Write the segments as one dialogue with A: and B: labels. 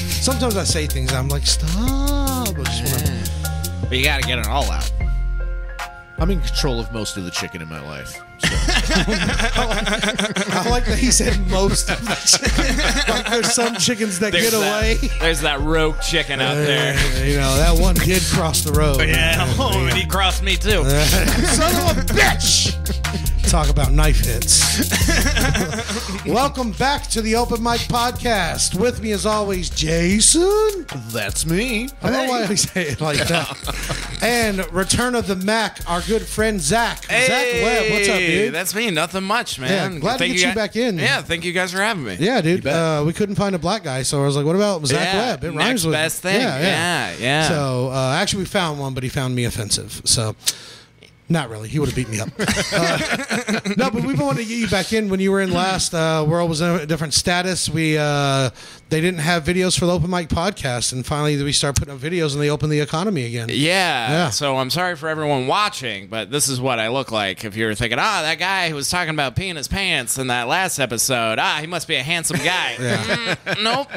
A: sometimes I say things I'm like, stop. I just want to.
B: But you got to get it all out.
C: I'm in control of most of the chicken in my life.
A: I like that he said most of the chicken. like there's some chickens that get
D: that,
A: away.
D: There's that rogue chicken out there.
A: Uh, you know, that one did cross the road.
D: Yeah, oh, and he crossed me too.
A: Son of a bitch! Talk about knife hits. Welcome back to the Open Mic Podcast. With me, as always, Jason.
C: That's me.
A: I don't know why I say it like that. and Return of the Mac, our good friend Zach. Zach Webb, what's up,
D: Hey,
A: dude?
D: That's me. Nothing much, man.
A: Yeah, glad to
D: Thank
A: get you
D: guy-
A: back in.
D: Yeah, thank you guys for having me.
A: yeah, dude.
C: bet.
A: Uh, we couldn't find a black guy, so I was like, "What about Zach
D: Yeah,
A: Webb?" It
D: next
A: rhymes with
D: best thing. Yeah, yeah.
A: So uh, actually, we found one, but he found me offensive. So not really. He would have beat me up. Uh, no, but we've been wanting to get you back in. When you were in last, uh, world was in a different status. We uh, they didn't have videos for the open mic podcast, and finally we start putting up videos, and they open the economy again.
D: Yeah.
A: Yeah.
D: So I'm sorry for everyone watching, but this is what I look like. If you're thinking, ah, that guy who was talking about peeing his pants in that last episode, ah, he must be a handsome guy. Mm, nope.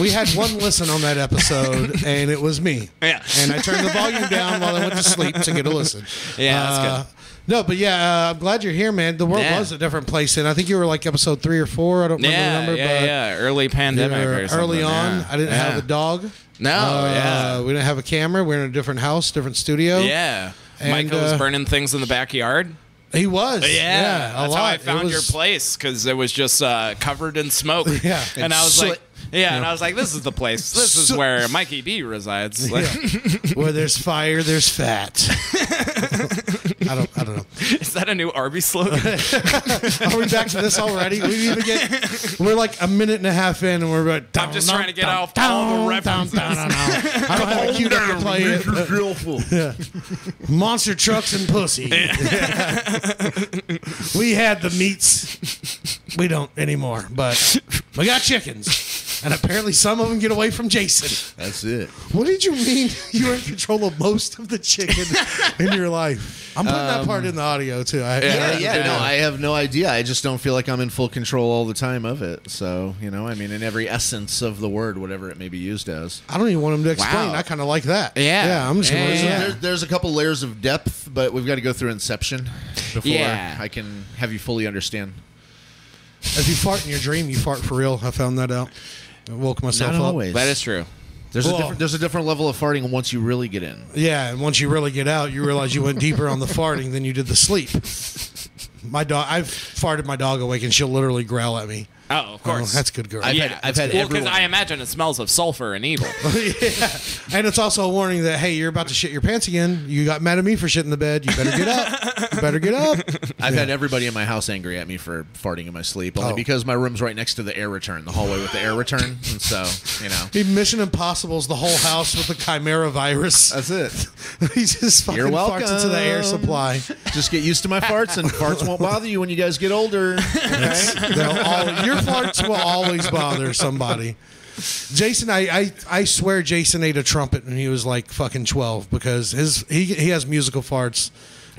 A: We had one listen on that episode, and it was me.
D: Yeah.
A: And I turned the volume down while I went to sleep to get a listen.
D: Yeah, that's
A: Uh, No, but yeah, uh, I'm glad you're here, man. The world
D: Yeah.
A: was a different place, and I think you were like episode three or four. I don't remember the
D: yeah,
A: number,
D: yeah,
A: but
D: yeah. Early
A: you
D: pandemic
A: were
D: or something.
A: early on,
D: yeah.
A: I didn't
D: Yeah.
A: have a dog.
D: No,
A: Uh,
D: yeah.
A: we didn't have a camera. We are in a different house, different studio.
D: Yeah.
A: And,
D: Michael was
A: uh,
D: burning things in the backyard.
A: he was.
D: Yeah,
A: a
D: that's
A: lot.
D: how I
A: It
D: found your
A: was-
D: place because it was just uh, covered in smoke.
A: Yeah.
D: and,
A: And
D: I was
A: soot.
D: like, yeah, and I was like, this is the place. This is where Mikey B resides. Like,
A: Where there's fire, there's fat. I don't. I don't know.
D: Is that a new Arby slogan?
A: Are we back to this already? We didn't even get. We're like a minute and a half in, and we're like.
D: I'm just trying to get off all the references.
A: I don't have a cue to play it. Monster trucks and pussy. we had the meats. We don't anymore, but we got chickens. And apparently, some of them get away from Jason.
C: That's it.
A: What did you mean? You were in control of most of the chicken in your life. I'm putting that part in the audio too. I,
C: Yeah, yeah,
D: yeah.
C: No, I have no idea. I just don't feel like I'm in full control all the time of it. So you know, I mean, in every essence of the word, whatever it may be used as.
A: I don't even want him to explain.
D: Wow.
A: I kind of like that.
D: Yeah.
A: yeah. I'm just gonna
D: Yeah,
C: So
D: yeah,
C: there- there's a couple layers of depth, but we've got to go through Inception before
D: Yeah.
C: I can have you fully understand.
A: If you fart in your dream, you fart for real. I found that out. I woke myself
C: Not
A: up.
C: always.
D: that is true.
C: There's
A: Well-
C: a different there's a different level of farting once you really get in.
A: Yeah, and once you really get out, you realize you went deeper on the farting than you did the sleep. My dog, I've farted my dog awake, and she'll literally growl at me.
D: Oh, of
A: Oh,
D: course.
A: that's good girl.
C: I've
D: yeah,
C: had- I've had
D: well, because
C: everyone-
D: I imagine it smells of sulfur and evil.
A: yeah. And it's also a warning that hey, you're about to shit your pants again. You got mad at me for shitting the bed. You better get up. You better get up.
C: I've had everybody in my house angry at me for farting in my sleep, only
A: Oh.
C: because my room's right next to the air return, the hallway with the air return, and so you know.
A: He Mission Impossible's the whole house with the chimera virus.
C: That's it.
A: he just fucking
C: You're
A: farts into the air
C: welcome.
A: supply.
C: Just get used to my farts, and farts won't bother you when you guys get older. Okay?
A: They'll al- your farts will always bother somebody. Jason, I, I I swear Jason ate a trumpet when he was like fucking twelve because his he he has musical farts,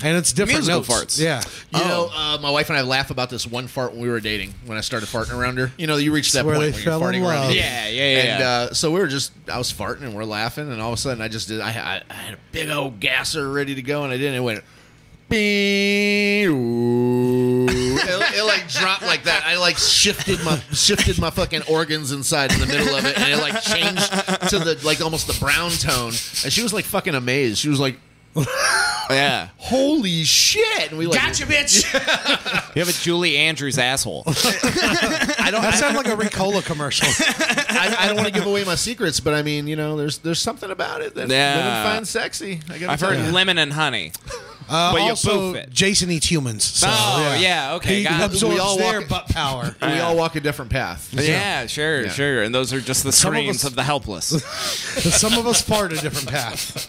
A: and it's different
D: Musical
A: notes.
D: farts.
A: Yeah,
C: You know,
A: Oh.
C: uh, my wife and I laugh about this one fart when we were dating. When I started farting around her, you know, you reach that
A: where
C: point
A: they
C: when you're
A: fell in
C: farting around.
A: love.
C: her.
D: Yeah, yeah, yeah,
C: And
D: yeah.
C: Uh, so we were just, I was farting and we're laughing, and all of a sudden I just did. I, I, I had a big old gasser ready to go, and I didn't. It went. "Bing, ooh." it, it like dropped like that. I like shifted my shifted my fucking organs inside in the middle of it, and it like changed to the like almost the brown tone. And she was like fucking amazed. She was like,
D: yeah.
C: "Holy shit!" And we like
D: Gotcha, bitch. you have a Julie Andrews asshole.
C: I don't.
A: that
C: I,
A: sounds like a Ricola commercial.
C: I, I don't want to give away my secrets, but I mean, you know, there's there's something about it that
D: Yeah.
C: women find sexy. I gotta
D: I've
C: tell
D: heard
C: you.
D: lemon and honey.
A: Uh,
D: But you
A: also,
D: boof it.
A: Jason eats humans. So,
D: Oh,
A: yeah.
D: yeah, okay,
A: He
D: got it.
A: absorbs
C: We all
A: their
C: walk-
A: butt power.
C: we all walk a different path.
D: Yeah, sure,
C: Yeah.
D: sure. And those are just the
A: Some of
D: screams
A: us-
D: of the helpless.
A: Some of us fart a different path.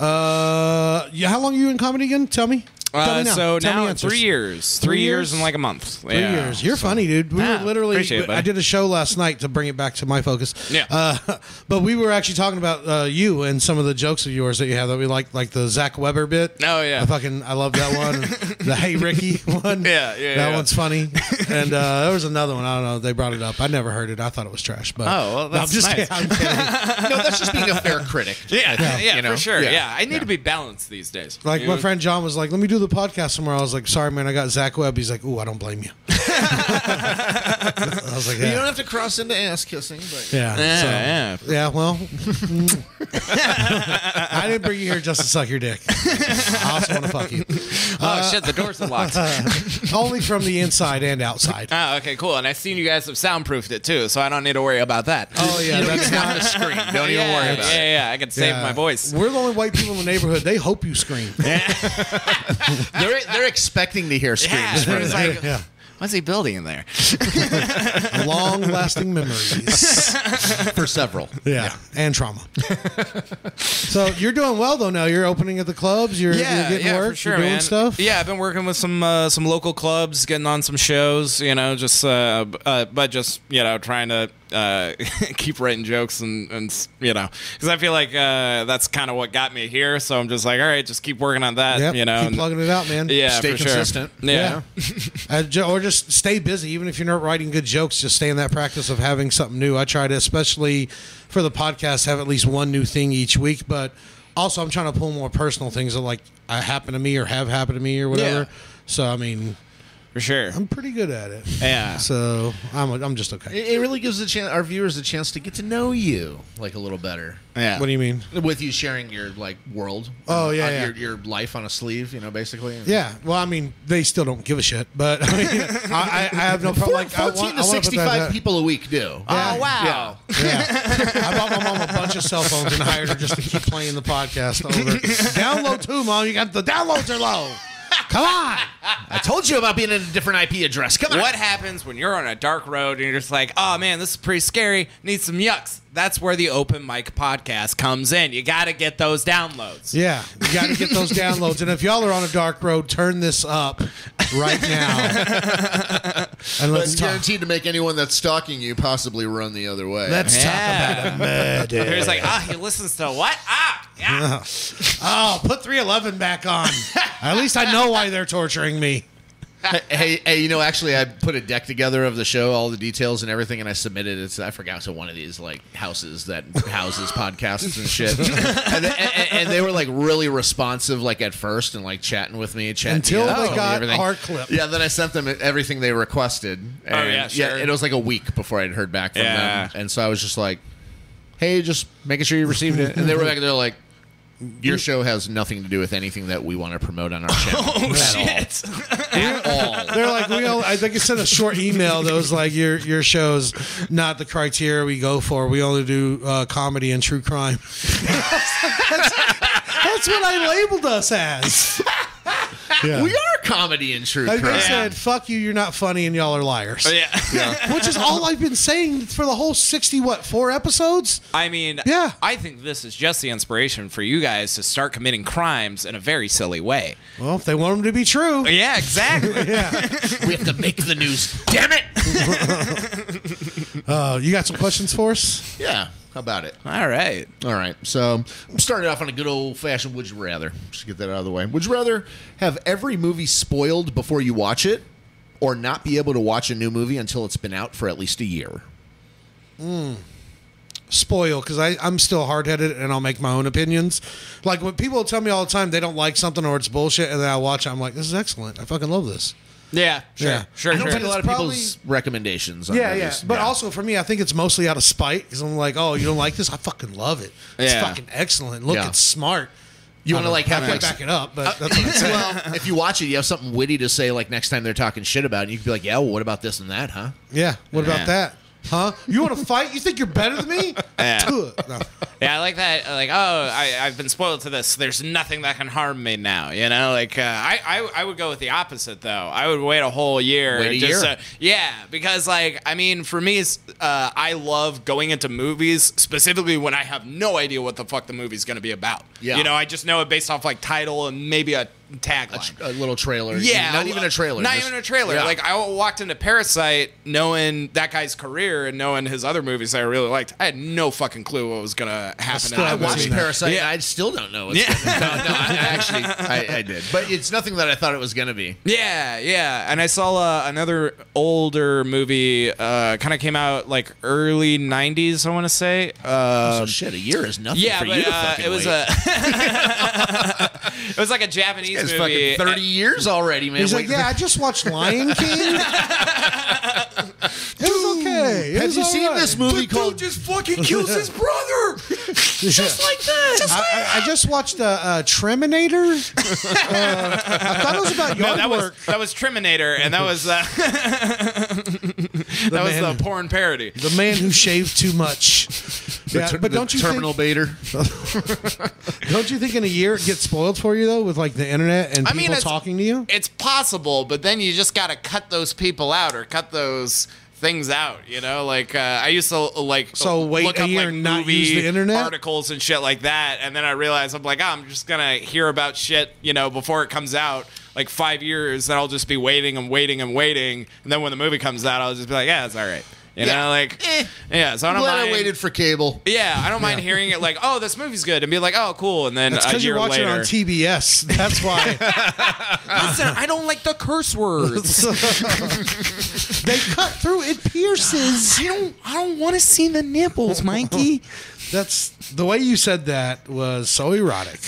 A: Uh, yeah, how long are you in comedy again? Tell me. Tell me
D: Uh,
A: now.
D: so
A: Tell me
D: now
A: answers.
D: three years,
A: Three
D: three
A: years?
D: years and like a month.
A: Three years. You're funny, dude. We
D: Ah,
A: were literally.
D: appreciate it, buddy.
A: I did a show last night to bring it back to my focus.
D: Yeah.
A: Uh, but we were actually talking about uh, you and some of the jokes of yours that you have that we like, like the Zach Weber bit.
D: Oh, yeah.
A: I fucking I love that one. the Hey Ricky one.
D: Yeah, yeah,
A: That
D: yeah.
A: one's funny. And uh, there was another one. I don't know. They brought it up. I never heard it. I thought it was trash. But
D: Oh, well,
A: No, I'm
D: that's
A: just
D: nice.
A: kidding. I'm kidding.
C: No, that's just being a fair critic.
D: Yeah, yeah,
C: you know?
D: for sure.
C: Yeah.
D: Yeah, I need to be balanced these days.
A: Like
D: You
A: my
D: know?
A: friend John was like, "Let me do the podcast somewhere." I was like, "Sorry, man, I got Zach Webb." He's like, "Ooh, I don't blame you." I was like,
C: You don't
A: "Yeah,
C: have to cross into ass kissing, but
A: yeah,
D: Yeah,
A: so-
D: yeah.
A: Yeah, well, I didn't bring you here just to suck your dick. I also want to fuck you, uh,
D: oh shit, the doors are locked.
A: only from the inside and outside.
D: oh, okay, cool. And I've seen you guys have soundproofed it too, so I don't need to worry about that.
A: Oh yeah, that's not.
C: the screen. Don't
D: yeah,
C: even worry about
D: yeah,
C: it.
D: yeah, I can save
A: yeah.
D: my voice.
A: Uh, We're the only white people in the neighborhood. They hope you scream.
C: They're, they're expecting to hear
D: Yeah,
C: screams. from
D: it's
C: them.
D: like,
A: Yeah.
D: what's he building in there?
A: Long-lasting memories.
C: for several.
A: Yeah, and trauma. so you're doing well though. Now you're opening at the clubs. You're, you're getting work. you're doing
D: man.
A: stuff.
D: Yeah, I've been working with some uh, some local clubs, getting on some shows. You know, just uh, b- uh, but just you know, trying to uh, keep writing jokes and and s- you know, because I feel like uh, that's kind of what got me here. So I'm just like, all right, just keep working on that.
A: Yep.
D: You know,
A: keep plugging it out, man.
D: yeah,
C: Stay
D: for
C: consistent.
D: Sure. Yeah.
A: Uh, ju- or just stay busy, even if you're not writing good jokes. Just stay in that practice of having something new. I try to, especially for the podcast, have at least one new thing each week. But also, I'm trying to pull more personal things that like uh, happen to me or have happened to me or whatever.
D: Yeah.
A: So I mean,
D: for sure.
A: I'm pretty good at it.
D: Yeah.
A: So I'm I'm just okay.
C: It, it really gives the chan- our viewers a chance to get to know you like a little better.
D: Yeah.
A: What do you mean?
C: With you sharing your like world,
A: Oh, yeah,
C: on
A: yeah.
C: Your, your life on a sleeve, you know, basically.
A: Yeah, well, I mean, they still don't give a shit, but I, mean, I, I, I have no
C: Four-
A: problem. Like, I
C: fourteen
A: want,
C: to
A: I wanna put that-
C: sixty-five
A: that-
C: people a week do.
D: Oh wow.
A: Yeah. I bought my mom a bunch of cell phones and hired her just to keep playing the podcast over. Download too, mom. You got the downloads are low. Come on.
C: I told you about being in a different IP address. Come on.
D: What happens when you're on a dark road and you're just like, oh man, this is pretty scary. Need some yucks. That's where the open mic podcast comes in. You got to get those downloads.
A: Yeah, you got to get those downloads. And if y'all are on a dark road, turn this up right now. And let's
C: It's
A: talk.
C: guaranteed to make anyone that's stalking you possibly run the other way.
A: Let's
D: Yeah.
A: talk about a murder.
D: He's like, ah, he listens to what? Ah, yeah.
A: oh, put 311 back on. At least I know why they're torturing me.
C: hey, hey, you know, actually, I put a deck together of the show, all the details and everything, and I submitted it. To, I forgot to one of these like houses that houses podcasts and shit, and, they- and- and they were like really responsive, like at first, and like chatting with me, chatting
A: Until
C: me up,
A: they
C: telling me
A: got
C: everything.
A: our clip.
C: Yeah, then I sent them everything they requested. And,
D: Oh, yeah, sure.
C: it was like a week before I'd heard back from
D: Yeah.
C: them, and so I was just like, "Hey, just making sure you received it," and they were back there like. Your show has nothing to do with anything that we want to promote on our channel.
D: Oh,
C: at
D: shit.
C: All. At all.
A: They're like, we all, I think I sent a short email that was like, your your show's not the criteria we go for. We only do uh, comedy and true crime. that's, that's what I labeled us as. Yeah.
C: We are comedy and true
A: I
C: crime.
A: just said, fuck you, you're not funny, and y'all are liars.
D: Oh, Yeah.
A: Which is all I've been saying for the whole 60, what, four episodes?
D: I mean,
A: Yeah.
D: I think this is just the inspiration for you guys to start committing crimes in a very silly way.
A: Well, if they want them to be true.
D: Oh, Yeah, exactly.
C: we have to make the news. Damn it!
A: Uh, you got some questions for us?
C: Yeah, how about it?
D: All right.
C: All right, so I'm starting off on a good old fashioned would you rather. Just get that out of the way. Would you rather have every movie spoiled before you watch it, or not be able to watch a new movie until it's been out for at least a year?
A: spoil because I'm still hard headed and I'll make my own opinions. Like when people tell me all the time they don't like something or it's bullshit, and then I watch it, I'm like, this is excellent. I fucking love this.
D: Yeah, sure.
A: Yeah.
D: Sure,
A: I don't
D: sure.
C: Take a lot of
A: It's probably-
C: people's recommendations. On movies.
A: But also for me, I think it's mostly out of spite because I'm like, oh, you don't like this? I fucking love it. It's
D: Yeah.
A: fucking excellent. Look,
C: Yeah. Uh,
A: it's smart.
C: you want
A: I
C: to like
A: don't-
C: have
A: I
C: like
A: can't back it up, but that's what I'm saying.
C: well, if you watch it, you have something witty to say like next time they're talking shit about it. And you can be like, yeah, well, what about this and that, huh?
A: yeah. What about
D: Yeah.
A: that? Huh? You want to fight? You think you're better than me?
D: Yeah.
A: Do it. No.
D: Yeah, I like that. Like, oh, I, I've been spoiled to this. There's nothing that can harm me now. You know, like uh, I, I, I would go with the opposite though. I would wait a whole year.
C: Wait a
D: just
C: year.
D: to- yeah, because like I mean, for me, it's, uh, I love going into movies specifically when I have no idea what the fuck the movie's going to be about.
C: Yeah.
D: You know, I just know it based off like title and maybe a
C: a,
D: tagline.
C: tr- a little trailer.
D: Yeah,
C: not even a trailer.
D: Not
C: just-
D: even a trailer.
C: yeah.
D: Like I walked into Parasite knowing that guy's career and knowing his other movies that I really liked. I had no fucking clue what was gonna happen.
A: still
D: I
C: I
A: haven't
D: watched
C: watched
A: seen that.
C: Parasite.
D: Yeah.
C: and I still don't know. What's
D: Yeah.
C: gonna- no, no, I actually, I, I did, but it's nothing that I thought it was gonna be.
D: Yeah, yeah. And I saw uh, another older movie, uh, kind of came out like early 90s, I want to say. Uh,
C: so shit, a year is nothing
D: yeah,
C: for
D: but
C: you. to
D: uh,
C: fucking
D: it was
C: wait.
D: a. it was like a Japanese
C: It's
D: movie.
C: fucking thirty years already, man.
A: He's
C: Wait-
A: like, yeah, I just watched Lion King. it was okay. It
C: Have
A: was
C: you seen
A: alright.
C: this movie called?
D: just fucking kills his brother.
A: Just
D: like that.
A: I, I, I just watched uh, uh, Treminator. Uh, I thought it was about
D: no,
A: yard
D: that was
A: work.
D: that was Triminator, and that was uh, that was
A: man-
D: the porn parody.
A: the man who shaved too much. Yeah, but
C: the
A: don't you
C: terminal
A: think,
C: baiter?
A: don't you think in a year it gets spoiled for you though with like the internet and
D: I
A: people
D: mean, it's-
A: talking to you?
D: It's possible, but then you just got to cut those people out or cut those things out. You know, like uh, I used to like
A: So wait
D: look
A: a
D: up,
A: year
D: like,
A: and not
D: movie
A: use the internet?
D: articles and shit like that, and then I realized I'm like, oh, I'm just gonna hear about shit, you know, before it comes out. Like five years, then I'll just be waiting and waiting and waiting, and then when the movie comes out, I'll just be like, yeah, it's all right. You
C: Yeah.
D: know, like
C: Eh.
D: yeah. So I
C: I'm
D: don't
C: glad
D: mind.
C: I waited for cable.
D: Yeah, I don't mind hearing it like, oh, this movie's good, and be like, oh, cool, and then
A: It's
D: a
A: because
D: year
A: you're watching
D: later. "Ah,
A: it on TBS. That's why
D: Listen, I don't like the curse words.
A: they cut through. It pierces.
D: I don't. I don't want to see the nipples, Mikey.
A: That's the way you said that was so erotic.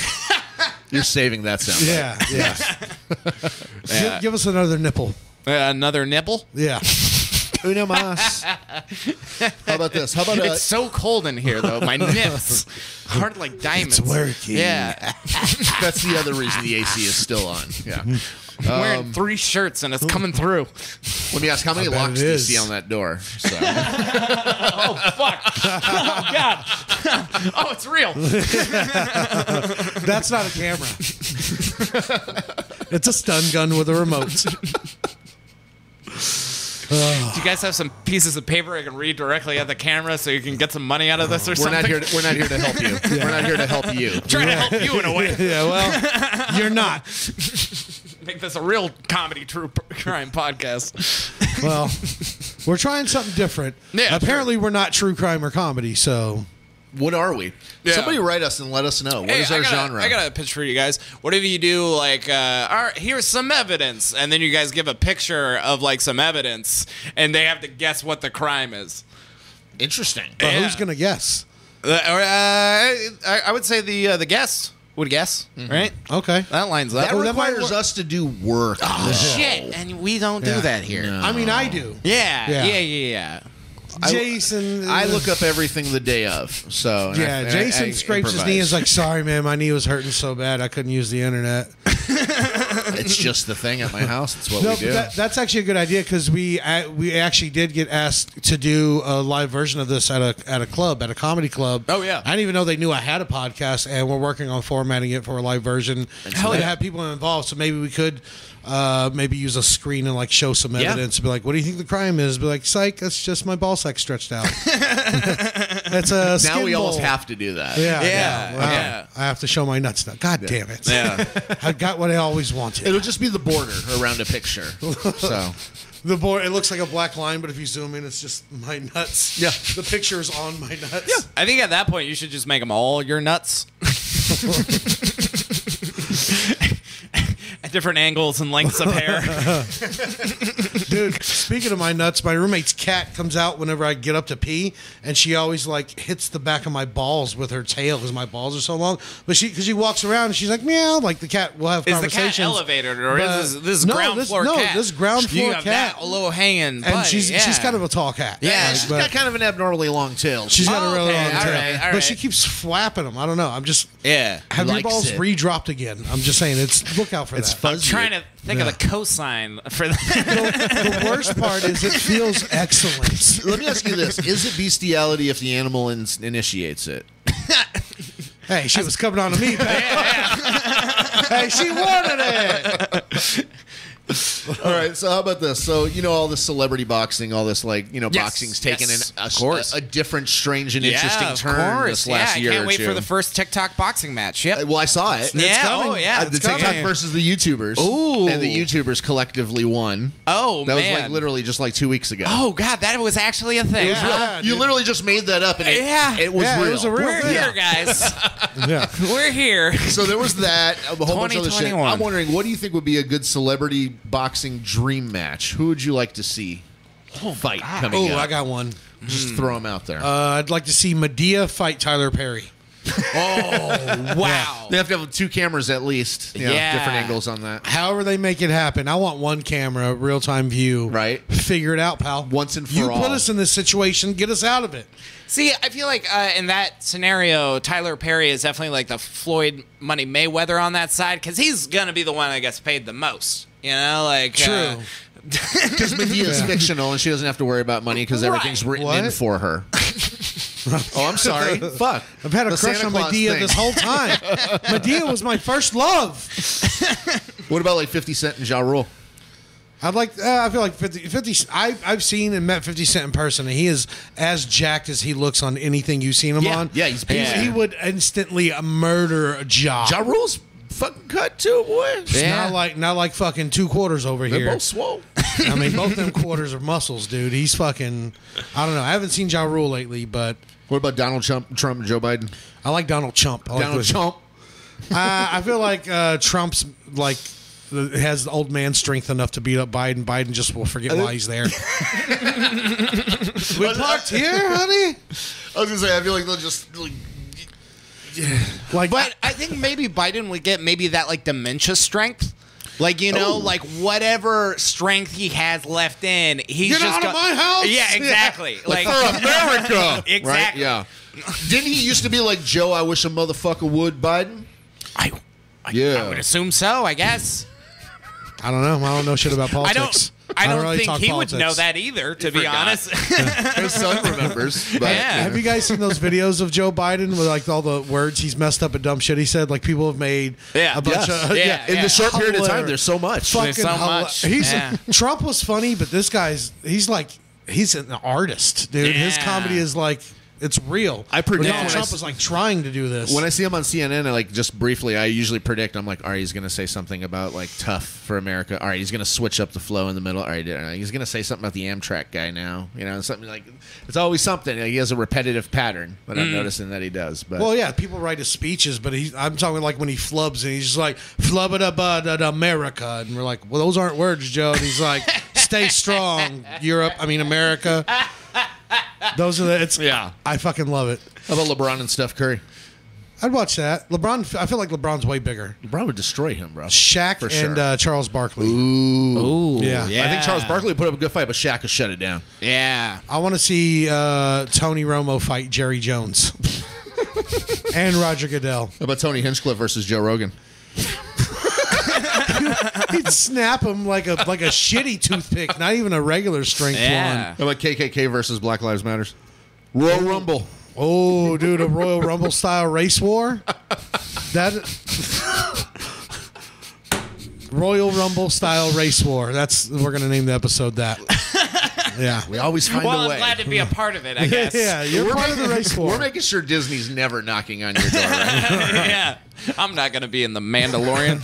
C: You're saving that sound.
A: Yeah, yeah. Give, give us another nipple.
D: Uh, another nipple.
A: Yeah.
C: Uno mas. How about this? How about uh,
D: It's so cold in here, though. My nips hard like diamonds.
A: working.
D: Yeah,
C: that's the other reason the AC is still on. Yeah.
D: I'm
C: Um,
D: wearing three shirts and it's coming through.
C: Let me ask, how many
A: bet
C: locks
A: it
C: do you
A: is.
C: see on that door? So,
D: Oh God! oh, it's real.
A: That's not a camera. it's a stun gun with a remote.
D: Do you guys have some pieces of paper I can read directly at the camera so you can get some money out of this or
C: we're
D: something?
C: not here. To, we're not here to help you. We're not here to help you.
D: Trying to help you in a way.
A: Yeah, well, you're not.
D: Make this a real comedy true crime podcast.
A: Well, we're trying something different.
D: Yeah,
A: Apparently, we're not true crime or comedy, so
C: What are we?
D: Yeah.
C: Somebody write us and let us know. What is
D: Hey,
C: our
D: I got
C: genre?
D: A, I got a pitch for you guys. What if you do like, uh, all right, here's some evidence, and then you guys give a picture of like some evidence, and they have to guess what the crime is.
C: Interesting.
A: but
D: Yeah.
A: who's gonna guess?
D: Uh, or, uh, I, I would say the uh, the guest would guess, right?
A: Okay.
D: That lines up.
C: That
A: Well, Mm-hmm. that might
C: requires
A: work.
C: us to do work.
D: Oh, Shit, and we don't
A: Yeah.
D: do that here.
C: No.
A: I mean, I do.
D: Yeah,
A: Yeah.
D: yeah, yeah, yeah.
C: I-
A: Jason, uh,
C: I look up everything the day of. So and
A: Yeah,
C: I- and I-
A: Jason
C: I
A: scrapes his knee.
C: improvise.
A: Is like, sorry, man, my knee was hurting so bad I couldn't use the internet.
C: It's just the thing at my house. That's what
A: No,
C: we
A: but
C: do.
A: that, that's actually a good idea because we I, we actually did get asked to do a live version of this at a at a club at a comedy club.
D: Oh, yeah.
A: I didn't even know they knew I had a podcast, and we're working on formatting it for a live version
D: Hell
A: and
D: yeah.
A: have people involved. So maybe we could. Uh, maybe use a screen and like show some
D: Yeah.
A: evidence. Be like, what do you think the crime is? Be like, psych, that's just my ball sack stretched out. that's a
C: now
A: skin
C: we almost
A: mole.
C: have to do that.
A: Yeah,
D: Yeah,
A: wow.
D: yeah.
A: I have to show my nuts now. God damn it!
D: Yeah.
A: I got what I always wanted.
C: It'll just be the border around a picture. So
A: The board it looks like a black line, but if you zoom in, it's just my nuts.
C: Yeah.
A: the picture is on my nuts.
D: I think at that point you should just make them all your nuts. At different angles and lengths of hair.
A: Dude, speaking of my nuts, my roommate's cat comes out whenever I get up to pee, and she always like hits the back of my balls with her tail because my balls are so long. But she because she walks around and she's like meow, like the cat will have
D: Is the
A: conversations.
D: cat elevated or
A: but-
D: is this, this is
A: No,
D: ground
A: this-
D: floor
A: no,
D: cat?
A: this ground
D: you
A: floor
D: have
A: cat.
D: That low hanging,
A: and she's she's kind of a tall cat.
D: Yeah,
A: Like,
C: she's
A: but-
C: got kind of an abnormally long tail.
A: She's got a
D: Oh,
A: really
D: okay,
A: long
D: all
A: tail,
D: right, all
A: but she
D: right.
A: keeps flapping them. I don't know. I'm just
D: yeah.
A: have your
C: Likes
A: balls
C: it.
A: redropped again. I'm just saying, it's look out for
C: it's
A: that.
C: fuzzy.
D: Trying to think
A: Yeah.
D: of the cosine for that.
A: the, the worst part is it feels excellent.
C: Let me ask you this: Is it bestiality if the animal in- initiates it?
A: Hey, she was coming on to me. pal. hey, she wanted it.
C: all right, so how about this? So you know all this celebrity boxing, all this like you know
D: Yes,
C: boxing's taken
D: yes,
C: an, a,
D: of course.
C: a, different, strange, and
D: yeah,
C: interesting
D: of
C: turn
D: course.
C: this last
D: yeah,
C: year
D: I can't
C: or
D: wait
C: two.
D: for the first TikTok boxing match. Yep.
C: Uh, Well, I saw it.
D: Yeah,
A: coming.
D: oh yeah,
C: Uh,
D: it's
C: the TikTok
D: coming.
C: versus the YouTubers.
D: Ooh.
C: and the YouTubers collectively won.
D: Oh
C: that
D: man,
C: was like literally just like two weeks ago.
D: Oh god, that was actually a thing.
A: Yeah.
C: Really? you
A: dude.
C: literally just made that up, and it,
D: Yeah.
C: it was
A: Yeah, it
C: real.
A: was a real-
D: We're
A: thing.
D: here, guys.
A: Yeah.
D: We're here.
C: So there was that a whole bunch of other shit.
D: 2021.
C: I'm wondering, what do you think would be a good celebrity boxing dream match? Who would you like to see fight coming
A: Oh,
C: up?
A: I got one.
C: just throw them out there.
A: Uh, I'd like to see Medea fight Tyler Perry.
D: Wow.
C: They have to have two cameras at least. You know,
D: Yeah.
C: Different angles on that.
A: However they make it happen, I want one camera, real time view.
C: Right.
A: Figure it out, pal.
C: Once and for
A: you
C: all.
A: put us in this situation, get us out of it.
D: See, I feel like uh, in that scenario, Tyler Perry is definitely like the Floyd Money Mayweather on that side because he's gonna be the one that gets paid the most. You know, like uh,
A: True.
C: Because Medea's fictional and she doesn't have to worry about money because
D: Right.
C: everything's written in
A: What?
C: for her. oh, I'm sorry. Fuck.
A: I've had a
C: The
A: crush
C: Santa
A: on
C: Claus
A: Medea
C: thing.
A: this whole time. Medea was my first love.
C: What about like 50 Cent and Ja Rule?
A: I'd like. Uh, I feel like 50, 50 I, I've seen and met Fifty Cent in person, and he is as jacked as he looks on anything you've seen him
C: Yeah.
A: on.
C: Yeah, he's
A: He-
C: big.
A: He would instantly murder a job.
C: Ja Rule's fucking cut too, boy.
A: Not like not like fucking two quarters over
C: They're
A: here.
C: both swole.
A: I mean, both them quarters are muscles, dude. He's fucking. I don't know. I haven't seen Ja Rule lately, but
C: what about Donald Trump, Trump and Joe Biden?
A: I like Donald Trump. I
D: Oh,
A: like
C: Donald
A: what-
C: Trump.
A: I, I feel like uh, Trump's like the- has the old man strength enough to beat up Biden. Biden just will forget why he's there. we parked here, honey.
C: I was gonna say, I feel like they'll just like
A: Like,
D: But I think maybe Biden would get maybe that like dementia strength. Like you know, like whatever strength he has left in, he's
A: Get
D: just
A: out of my house!
D: Yeah, exactly. Like,
C: America.
D: Exactly.
C: Yeah. Didn't he used to be like Joe? I wish a motherfucker would Biden.
D: I, I,
C: Yeah.
D: I would assume so. I guess
A: I don't know. I don't know shit about
D: I
A: politics.
D: don't. I don't
A: really
D: think
A: talk
D: he would know
A: politics.
D: that either. To be
C: forgot.
D: honest,
C: His son remembers. But,
D: Yeah.
A: Have you guys seen those videos of Joe Biden with like all the words he's messed up and dumb shit he said? Like people have made
D: Yeah.
A: a bunch
C: Yes.
A: of
D: Yeah.
C: In the short period of time,
A: Hilarious.
C: there's so much.
A: fucking
D: so
A: hila-
D: much.
A: He's
D: Yeah.
A: Trump was funny, but this guy's he's like he's an artist, dude. His
D: Yeah.
A: comedy is like it's real.
C: I predict
A: Donald
C: when I
A: Trump
C: s-
A: was like trying to do this.
C: when I see him on CNN, I like just briefly, I usually predict. I'm like, all right, he's gonna say something about like tough for America. All right, he's gonna switch up the flow in the middle. All right, all right, he's gonna say something about the Amtrak guy now. You know, something like it's always something. Like, he has a repetitive pattern that
D: Mm.
C: I'm noticing that he does. But
A: well, yeah, people write his speeches, but he, I'm talking like when he flubs and he's just like flubba da ba da da America, and we're like, well, those aren't words, Joe. And he's like, stay strong, Europe. I mean, America. Those are the. It's,
D: Yeah.
A: I fucking love it.
C: how about LeBron and Steph Curry?
A: I'd watch that. LeBron. I feel like LeBron's way bigger.
C: LeBron would destroy him, bro.
A: Shaq
C: For
A: and
C: sure.
A: uh, Charles Barkley.
C: Ooh.
D: Ooh,
A: Yeah.
C: I think Charles Barkley put up a good fight, but Shaq has shut it down.
D: Yeah,
A: I want to see uh, Tony Romo fight Jerry Jones and Roger Goodell.
C: How about Tony Hinchcliffe versus Joe Rogan?
A: He'd snap him like a like a shitty toothpick, not even a regular strength
D: yeah.
A: one.
C: How about KKK versus Black Lives Matters? Royal Rumble.
A: Oh, dude, a Royal Rumble style race war. That Royal Rumble style race war. That's we're gonna name the episode that. Yeah.
C: We always find
D: Well,
C: a way.
D: I'm glad to be a part of it. I guess.
A: Yeah, you're part of the race
C: We're
A: war.
C: making sure Disney's never knocking on your door. Right?
D: yeah. I'm not gonna be in the Mandalorian.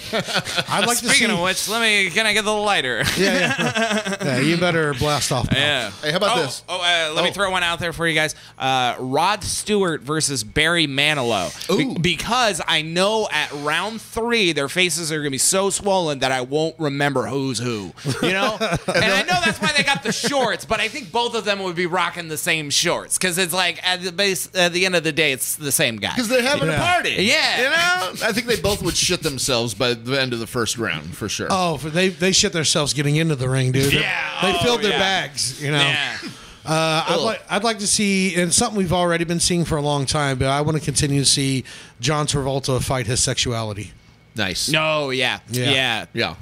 A: I'd like
D: Speaking
A: to see.
D: of which, let me. Can I get the lighter?
A: yeah, yeah. yeah, you better blast off. pal.
D: Yeah.
C: Hey, how about
D: oh,
C: this?
D: Oh, uh, let me
C: Oh.
D: throw one out there for you guys. Uh, Rod Stewart versus Barry Manilow. Be-
C: Ooh.
D: because I know at round three, their faces are going to be so swollen that I won't remember who's who. You know? and I know that's why they got the shorts, but I think both of them would be rocking the same shorts. Because it's like, at the, base, at the end of the day, it's the same guy.
C: Because they're having
A: Yeah.
C: a party.
D: Yeah.
C: You know? I think they both would shit themselves by the end of the first round, for sure.
A: Oh, for- they they shit themselves getting into the ring, dude.
D: Yeah,
A: they
D: oh,
A: filled their
D: yeah.
A: bags. You know,
D: Yeah.
A: uh, I'd like I'd like to see, and something we've already been seeing for a long time, but I want to continue to see John Travolta fight his sexuality.
C: nice.
D: No, yeah.
A: Yeah.
D: Yeah.
C: Yeah.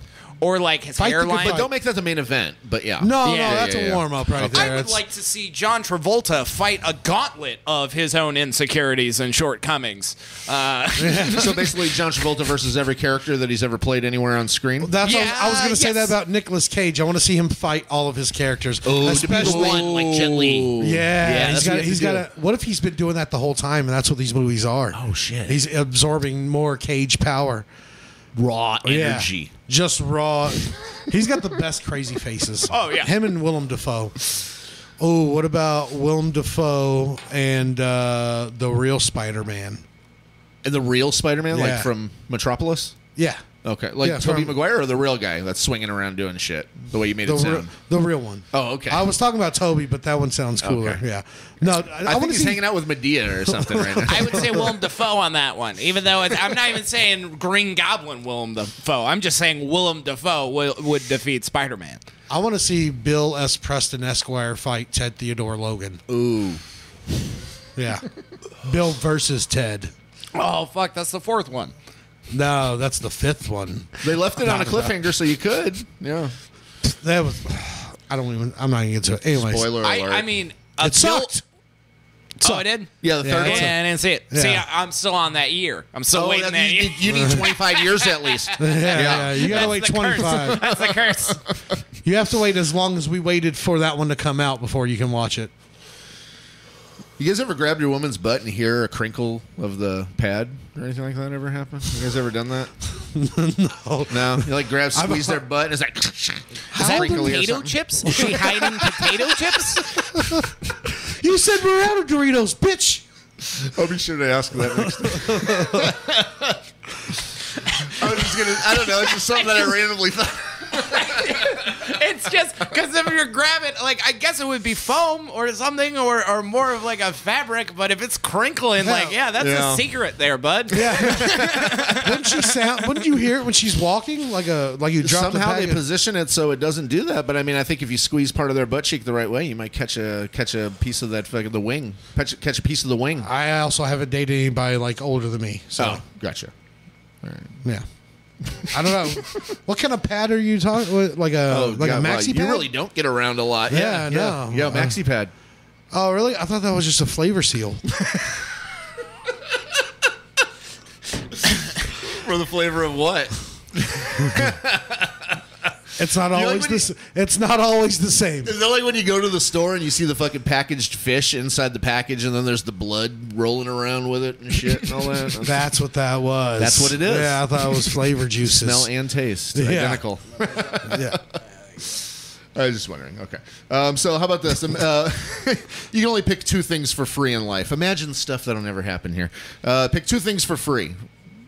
D: or like his
A: Fight the good
D: hairline.
A: fight.
C: But don't make that the main event. But yeah.
A: No, no,
D: Yeah,
A: that's
C: yeah,
A: a
C: yeah.
A: warm up right
C: Okay.
A: there.
D: I would
A: It's-
D: like to see John Travolta fight a gauntlet of his own insecurities and shortcomings. Uh,
C: so basically, John Travolta versus every character that he's ever played anywhere on screen.
A: That's what I was- I was
D: Yeah,
A: going to say that
D: yes.
A: about Nicolas Cage. I want to see him fight all of his characters, especially.
E: like Jet Li.
A: Yeah, he's
C: that's what
A: got.
C: you have
A: He's
C: to do.
A: got. A, what if he's been doing that the whole time, and that's what these movies are?
E: Oh, shit.
A: He's absorbing more Cage power.
E: Raw
A: Yeah.
E: energy.
A: just raw. he's got the best crazy faces.
D: Oh, yeah.
A: him and Willem Dafoe. Oh, what about Willem Dafoe and uh, the real Spider-Man?
C: And the real Spider-Man,
A: Yeah.
C: like from Metropolis.
A: Yeah,
C: Okay, like
A: Yeah,
C: Tobey
A: from-
C: Maguire or the real guy that's swinging around doing shit the way you made
A: the
C: it sound.
A: real, the real one.
C: Oh, okay.
A: I was talking about Toby, but that one sounds cooler.
C: Okay.
A: Yeah. No, I,
C: I,
A: I,
C: think
A: want to
C: he's
A: see.
C: hanging out with Medea or something right now.
D: I would say Willem Dafoe on that one, even though it's, I'm not even saying Green Goblin Willem Dafoe. I'm just saying Willem Dafoe will, would defeat Spider Man.
A: I want to see Bill S. Preston Esquire fight Ted Theodore Logan. Ooh. Yeah. Bill versus Ted.
D: Oh fuck, that's the fourth one.
A: No, that's the fifth one.
C: they left it on a
A: Not
C: cliffhanger, so you could. Yeah.
A: That was. I don't even. I'm not even into it. Anyways,
C: Spoiler
D: I,
C: alert.
D: I mean, a
A: it
D: Bill-
A: sucked.
D: Oh, I did.
C: yeah, the
A: Yeah,
C: third
A: it's
C: one.
A: a-
D: Yeah, I didn't see it.
A: Yeah.
D: See, I, I'm still on that year. I'm still
C: Oh,
D: waiting
C: that-
D: that
C: you,
D: year.
C: you need 25 years at least.
A: Yeah, yeah,
C: Yeah.
A: you gotta
D: That's
A: wait
D: the curse.
A: 25.
D: That's the curse.
A: you have to wait as long as we waited for that one to come out before you can watch it.
C: You guys ever grabbed your woman's butt and hear a crinkle of the pad or anything like that ever happen? You guys ever done that? no. No. You like grab, squeeze their butt, and it's like.
D: Is that
C: crinkly or
D: potato
C: something.
D: chips? Is she hiding potato chips?
A: You said we're out of Doritos, bitch.
C: I'll be sure to ask that next time. I was just gonna. I don't know. It's just something that I randomly thought.
D: It's just because if you're grabbing, like I guess it would be foam or something, or or more of like a fabric. But if it's crinkling, like yeah, that's
C: Yeah.
D: a secret there, bud.
A: Wouldn't she sound? Wouldn't you hear it when she's walking? Like a like you dropped
C: Somehow
A: a
C: they
A: bag of-
C: position it so it doesn't do that. But I mean, I think if you squeeze part of their butt cheek the right way, you might catch a catch a piece of that fucking the wing. Catch, catch a piece of the wing.
A: I also haven't dated anybody like older than me, so
C: Oh, gotcha.
A: yeah. I don't know. what kind of pad are you talking? what- Like a Oh, like
C: Oh, God,
A: a
C: wow,
A: maxi
C: You
A: pad?
C: really don't get around a lot.
A: Yeah, no. Uh-huh.
C: Yeah, maxi pad.
A: Oh, really? I thought that was just a flavor seal.
C: For the flavor of what?
A: It's not
C: like
A: always
C: when
A: this. It's not always the same.
C: Is that like when you go to the store and you see the fucking packaged fish inside the package, and then there's the blood rolling around with it and shit and all that?
A: That's what that was.
C: That's what it is.
A: Yeah, I thought it was flavor juices.
C: smell and taste
A: Yeah.
C: identical.
A: yeah.
C: I was just wondering. Okay. Um, so how about this? Um, uh, you can only pick two things for free in life. Imagine stuff that'll never happen here. Uh, pick two things for free.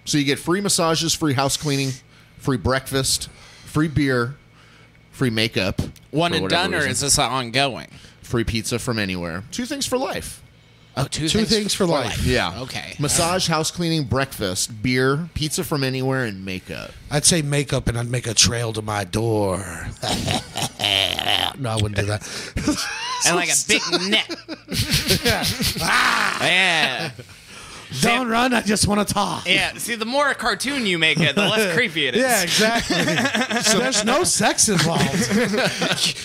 C: So you get free massages, free house cleaning, free breakfast, free beer, free makeup.
D: One
C: for
D: and
C: whatever
D: done, or
C: reason,
D: is this a ongoing?
C: free pizza from anywhere? Two things for life.
D: Oh, two
A: Two things for life.
C: Yeah.
D: Okay.
C: Massage, house cleaning, breakfast, beer, pizza from anywhere, and makeup.
A: I'd say makeup and I'd make a trail to my door. no, I wouldn't do that.
D: and like a big net. Ah! yeah.
A: Don't run. I just want to talk.
D: Yeah. See, the more a cartoon you make it, the less creepy it is.
A: Yeah, exactly. so there's no sex involved.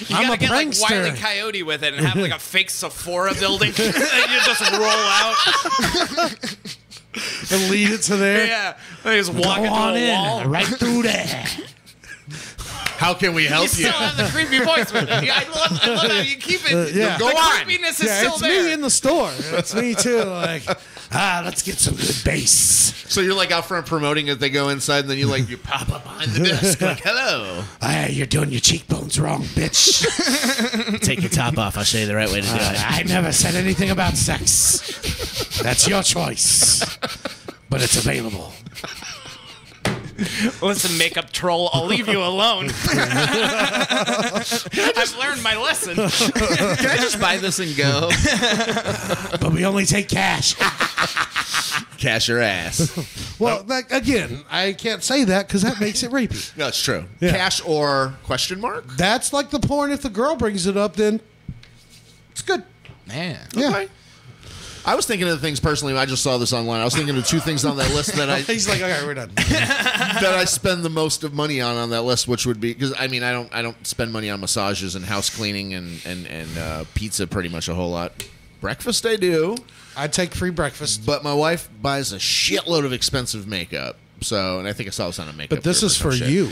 D: You
A: I'm
D: gotta
A: a
D: get
A: prankster.
D: like Wile E. Coyote with it and have like a fake Sephora building that you just roll out.
A: And lead it to there.
D: Yeah. They just
A: Go
D: walk into
A: on
D: a
A: in,
D: wall.
A: right through there.
C: How can we
D: You
C: help you?
D: still have the creepy voice with it. I love, I love how you keep it.
A: Uh, yeah.
D: The
A: Go
C: on.
D: creepiness is
A: yeah,
D: still
A: it's
D: there.
A: me in the store. It's me too. Like, ah, let's get some good bass.
C: So you're like out front promoting it. They go inside, and then you like you pop up behind the desk like, "Hello."
A: Ah, you're doing your cheekbones wrong, bitch.
E: Take your top off. I'll show you the right way to do it.
A: I never said anything about sex. That's your choice. But it's available.
D: Listen, makeup troll, I'll leave you alone. I've learned my lesson.
C: Can I just buy this and go?
A: But we only take cash.
C: Cash your ass.
A: well, like, again, I can't say that because that makes it rapey.
C: No, it's true.
A: Yeah.
C: Cash or question mark?
A: That's like the porn. If the girl brings it up, then it's good.
D: Man.
A: Yeah.
C: Okay. I was thinking of the things personally. I just saw this online. I was thinking of two things on that list that I
A: He's like, okay, we're done.
C: that I spend the most of money on on that list, which would be because I mean I don't I don't spend money on massages and house cleaning and and and uh, pizza pretty much a whole lot. Breakfast I do,
A: I take free breakfast.
C: but my wife buys a shitload of expensive makeup. So and I think I saw this on a makeup.
A: But this
C: group
A: is
C: or
A: for
C: some shit.
A: you.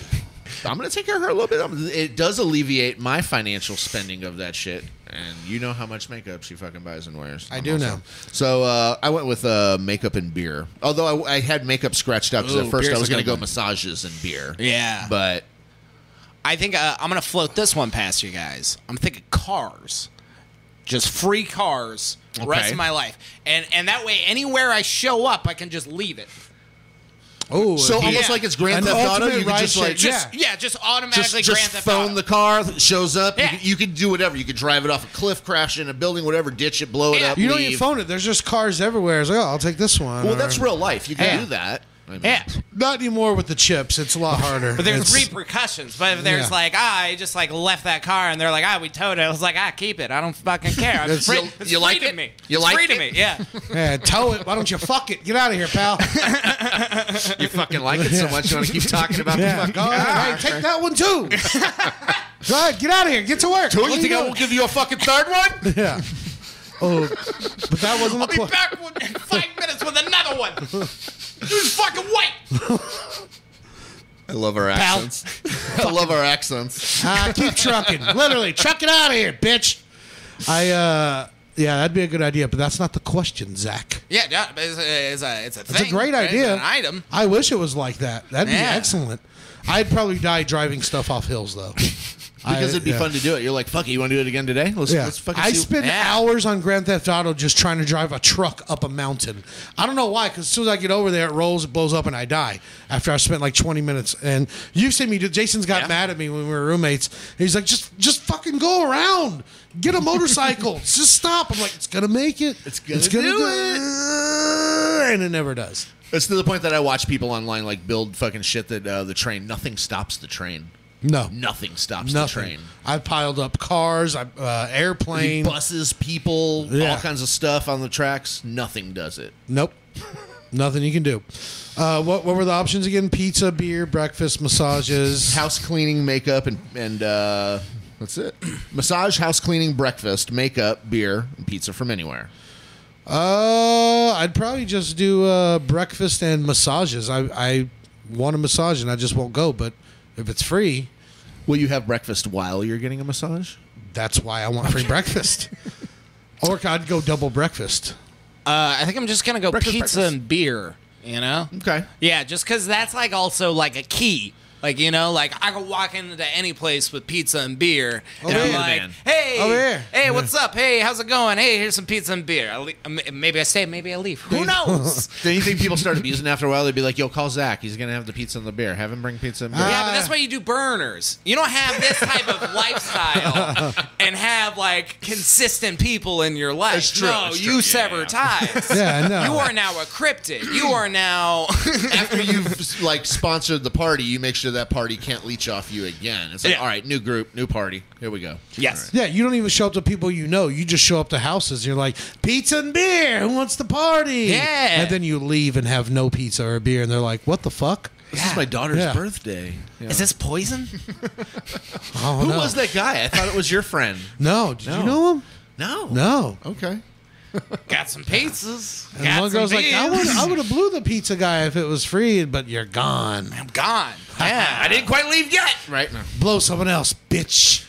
C: I'm gonna take care of her a little bit. I'm- It does alleviate my financial spending of that shit, and you know how much makeup she fucking buys and wears.
A: I do know.
C: So uh, I went with uh, makeup and beer. Although I, I had makeup scratched out because
E: Ooh,
C: at first I
E: beer's
C: was
E: a
C: gonna
E: good
C: go
E: one.
C: massages and beer.
D: Yeah.
C: but
D: I think uh, I'm gonna float this one past you guys. I'm thinking cars, just free cars, rest
C: Okay.
D: of my life, and and that way anywhere I show up, I can just leave it.
A: Oh,
C: so
A: if you-
C: almost like it's Grand
A: An
C: Theft Auto.
A: ultimate
C: You could just
A: ride
C: like
A: share.
C: just.
A: Yeah.
D: Yeah, just automatically
C: Just, just
D: Grand Theft
C: phone
D: Auto.
C: the car that shows up.
D: Yeah.
C: You, could- you could do whatever. You could drive it off a cliff, crash in a building, whatever, ditch it, blow it
D: Yeah.
C: up.
A: you don't
C: leave.
A: even phone it. There's just cars everywhere. It's like, oh, I'll take this one.
C: Well,
A: or-
C: that's real life. You can
D: Yeah.
C: do that. I mean,
D: Yeah,
A: Not anymore with the chips. It's a lot harder.
D: but there's
A: It's-
D: repercussions. But if there's
A: Yeah.
D: like, ah, I just like left that car, and they're like, ah, we towed it. I was like, ah, keep it. I don't fucking care. I'm
A: It's-
D: free,
A: you-
D: it's
C: you
D: free
C: like
D: to
C: it?
D: me.
C: You
D: It's
C: like
D: free
C: it?
D: to me? Yeah.
A: Yeah, tow it. Why don't you fuck it? Get out of here, pal.
C: You fucking like it so much, you want to keep talking about
A: Yeah,
C: the
A: go
C: fucking
A: ahead. Oh, Hey, take that one too. go ahead, get out of here. Get to work.
C: Don't
A: What
C: you
A: are
C: think I
A: doing?
C: won't give you a fucking third one?
A: Yeah. Oh, but that wasn't the
D: Be
A: question.
D: back with- in five minutes with another one. You just fucking wait.
C: I love our accents. I love our accents.
A: Ah, keep trucking. Literally, truck it out of here, bitch. I uh, yeah, that'd be a good idea, but that's not the question, Zach.
D: Yeah, yeah, but it's a, it's a, it's a
A: It's
D: thing.
A: a great
D: right?
A: idea.
D: It's an item.
A: I wish it was like that. That'd
D: Yeah.
A: be excellent. I'd probably die driving stuff off hills though. Because
C: Because it'd be fun to do it. You're like, fuck it, you want to do it again today? Let's,
A: Yeah.
C: let's fucking
A: I
C: see-
A: spend
D: Yeah.
A: hours on Grand Theft Auto just trying to drive a truck up a mountain. I don't know why, because as soon as I get over there, it rolls, it blows up, and I die after I spent like 20 minutes. And you've seen me do. Jason's got mad at me when we were roommates. He's like, just just fucking go around. Get a motorcycle. just stop. I'm like, it's going to make it.
C: It's gonna do
A: it. And it never does.
C: It's to the point that I watch people online like build fucking shit that uh, the train, nothing stops the train.
A: No.
C: Nothing stops
A: Nothing.
C: the train.
A: I piled up cars, I, uh, airplane.
C: Buses, people, all
A: Yeah.
C: kinds of stuff on the tracks. Nothing does it.
A: Nope. Nothing you can do. Uh, what what were the options again? Pizza, beer, breakfast, massages.
C: House cleaning, makeup, and and uh, that's it. Massage, house cleaning, breakfast, makeup, beer, and pizza from anywhere.
A: Uh, I'd probably just do uh, breakfast and massages. I I want a massage and I just won't go. But if it's free,
C: Will you have breakfast while you're getting a massage?
A: that's why I want free breakfast. Or I'd go double breakfast.
D: Uh, I think I'm just gonna go
C: Breakfast,
D: pizza
C: breakfast.
D: and beer. You know.
C: Okay.
D: Yeah, just because that's like also like a key. Like you know, like I could walk into any place with pizza and beer, and
A: Over
D: I'm
A: here,
D: like,
C: man.
D: "Hey,
A: Over here.
D: hey, what's up? Hey, how's it going? Hey, here's some pizza and beer." I le- m- maybe I stay, maybe I leave. Who knows?
C: Do you think people start abusing after a while? They'd be like, "Yo, call Zach. He's gonna have the pizza and the beer. Have him bring pizza and beer."
D: yeah, but that's why you do burners. You don't have this type of lifestyle and have like consistent people in your life.
C: That's true,
D: no,
C: that's true.
D: you
C: Yeah,
D: sever ties.
A: Yeah, I know.
D: You are now a cryptid. You are now.
C: after you've like sponsored the party, you make sure that party can't leech off you again. It's like,
D: Yeah.
C: all right, new group, new party. Here we go.
D: yes.
A: Yeah, you don't even show up to people you know. You just show up to houses. you're like, pizza and beer. Who wants to party?
D: Yeah.
A: And then you leave and have no pizza or beer, and they're like, "What the fuck?"
C: This is my daughter's
A: Yeah.
C: birthday. Yeah.
D: Is this poison?
A: Oh,
C: Who
A: no.
C: was that guy? I thought it was your friend.
A: No, did
C: No.
A: you know him?
C: No.
A: No.
C: Okay.
D: Got some pizzas.
A: And
D: got
A: one
D: some
A: girl's like, I
D: beers.
A: would, I would have blew the pizza guy if it was free, but you're gone.
D: I'm gone. Yeah, I didn't quite leave yet.
C: Right. No.
A: Blow someone else, bitch.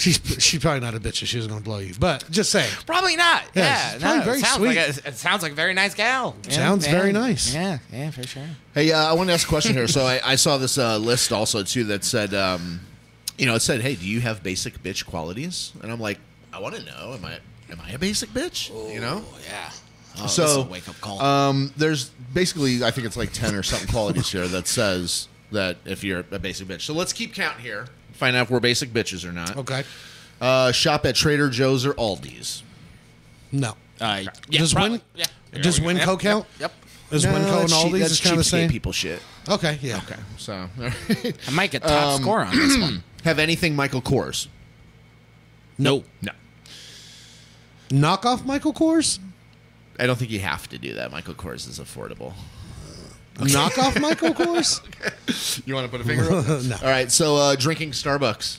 A: She's she's probably not a bitch if she was gonna blow you, but just saying.
D: Probably not.
A: Yeah,
D: Yeah,
A: she's probably
D: no,
A: very
D: it sounds
A: sweet.
D: Like a, it sounds like a very nice gal. Yeah,
A: Sounds
D: yeah,
A: very nice.
D: Yeah, yeah, for sure.
C: Hey, uh, I want to ask a question here. So I, I saw this uh, list also too that said, um, you know, it said, "Hey, do you have basic bitch qualities?" And I'm like, I want to know. Am I am I a basic bitch? you know.
D: Oh, Yeah.
C: so
D: wake up call.
C: Um, there's basically I think it's like ten or something qualities here that says that if you're a basic bitch. So let's keep count here. Find out if we're basic bitches or not.
A: Okay.
C: Uh, shop at Trader Joe's or Aldi's.
A: No.
D: uh,
A: does
D: probably.
A: Win
D: Yeah.
A: does Winco count?
D: Yep.
A: Is Winco and
C: that's
A: all
C: cheap-
A: these
C: that's
A: is kind of the
C: cheapskate
A: same?
C: people shit.
A: Okay, yeah.
C: Okay, so
D: I might get top
A: Um,
D: score on this one.
C: have anything Michael Kors?
D: No.
C: No.
A: Knock off Michael Kors?
C: I don't think you have to do that. Michael Kors is affordable.
A: Knockoff Michael Kors?
C: You want to put a finger on it?
A: No.
C: All right, so uh, drinking Starbucks.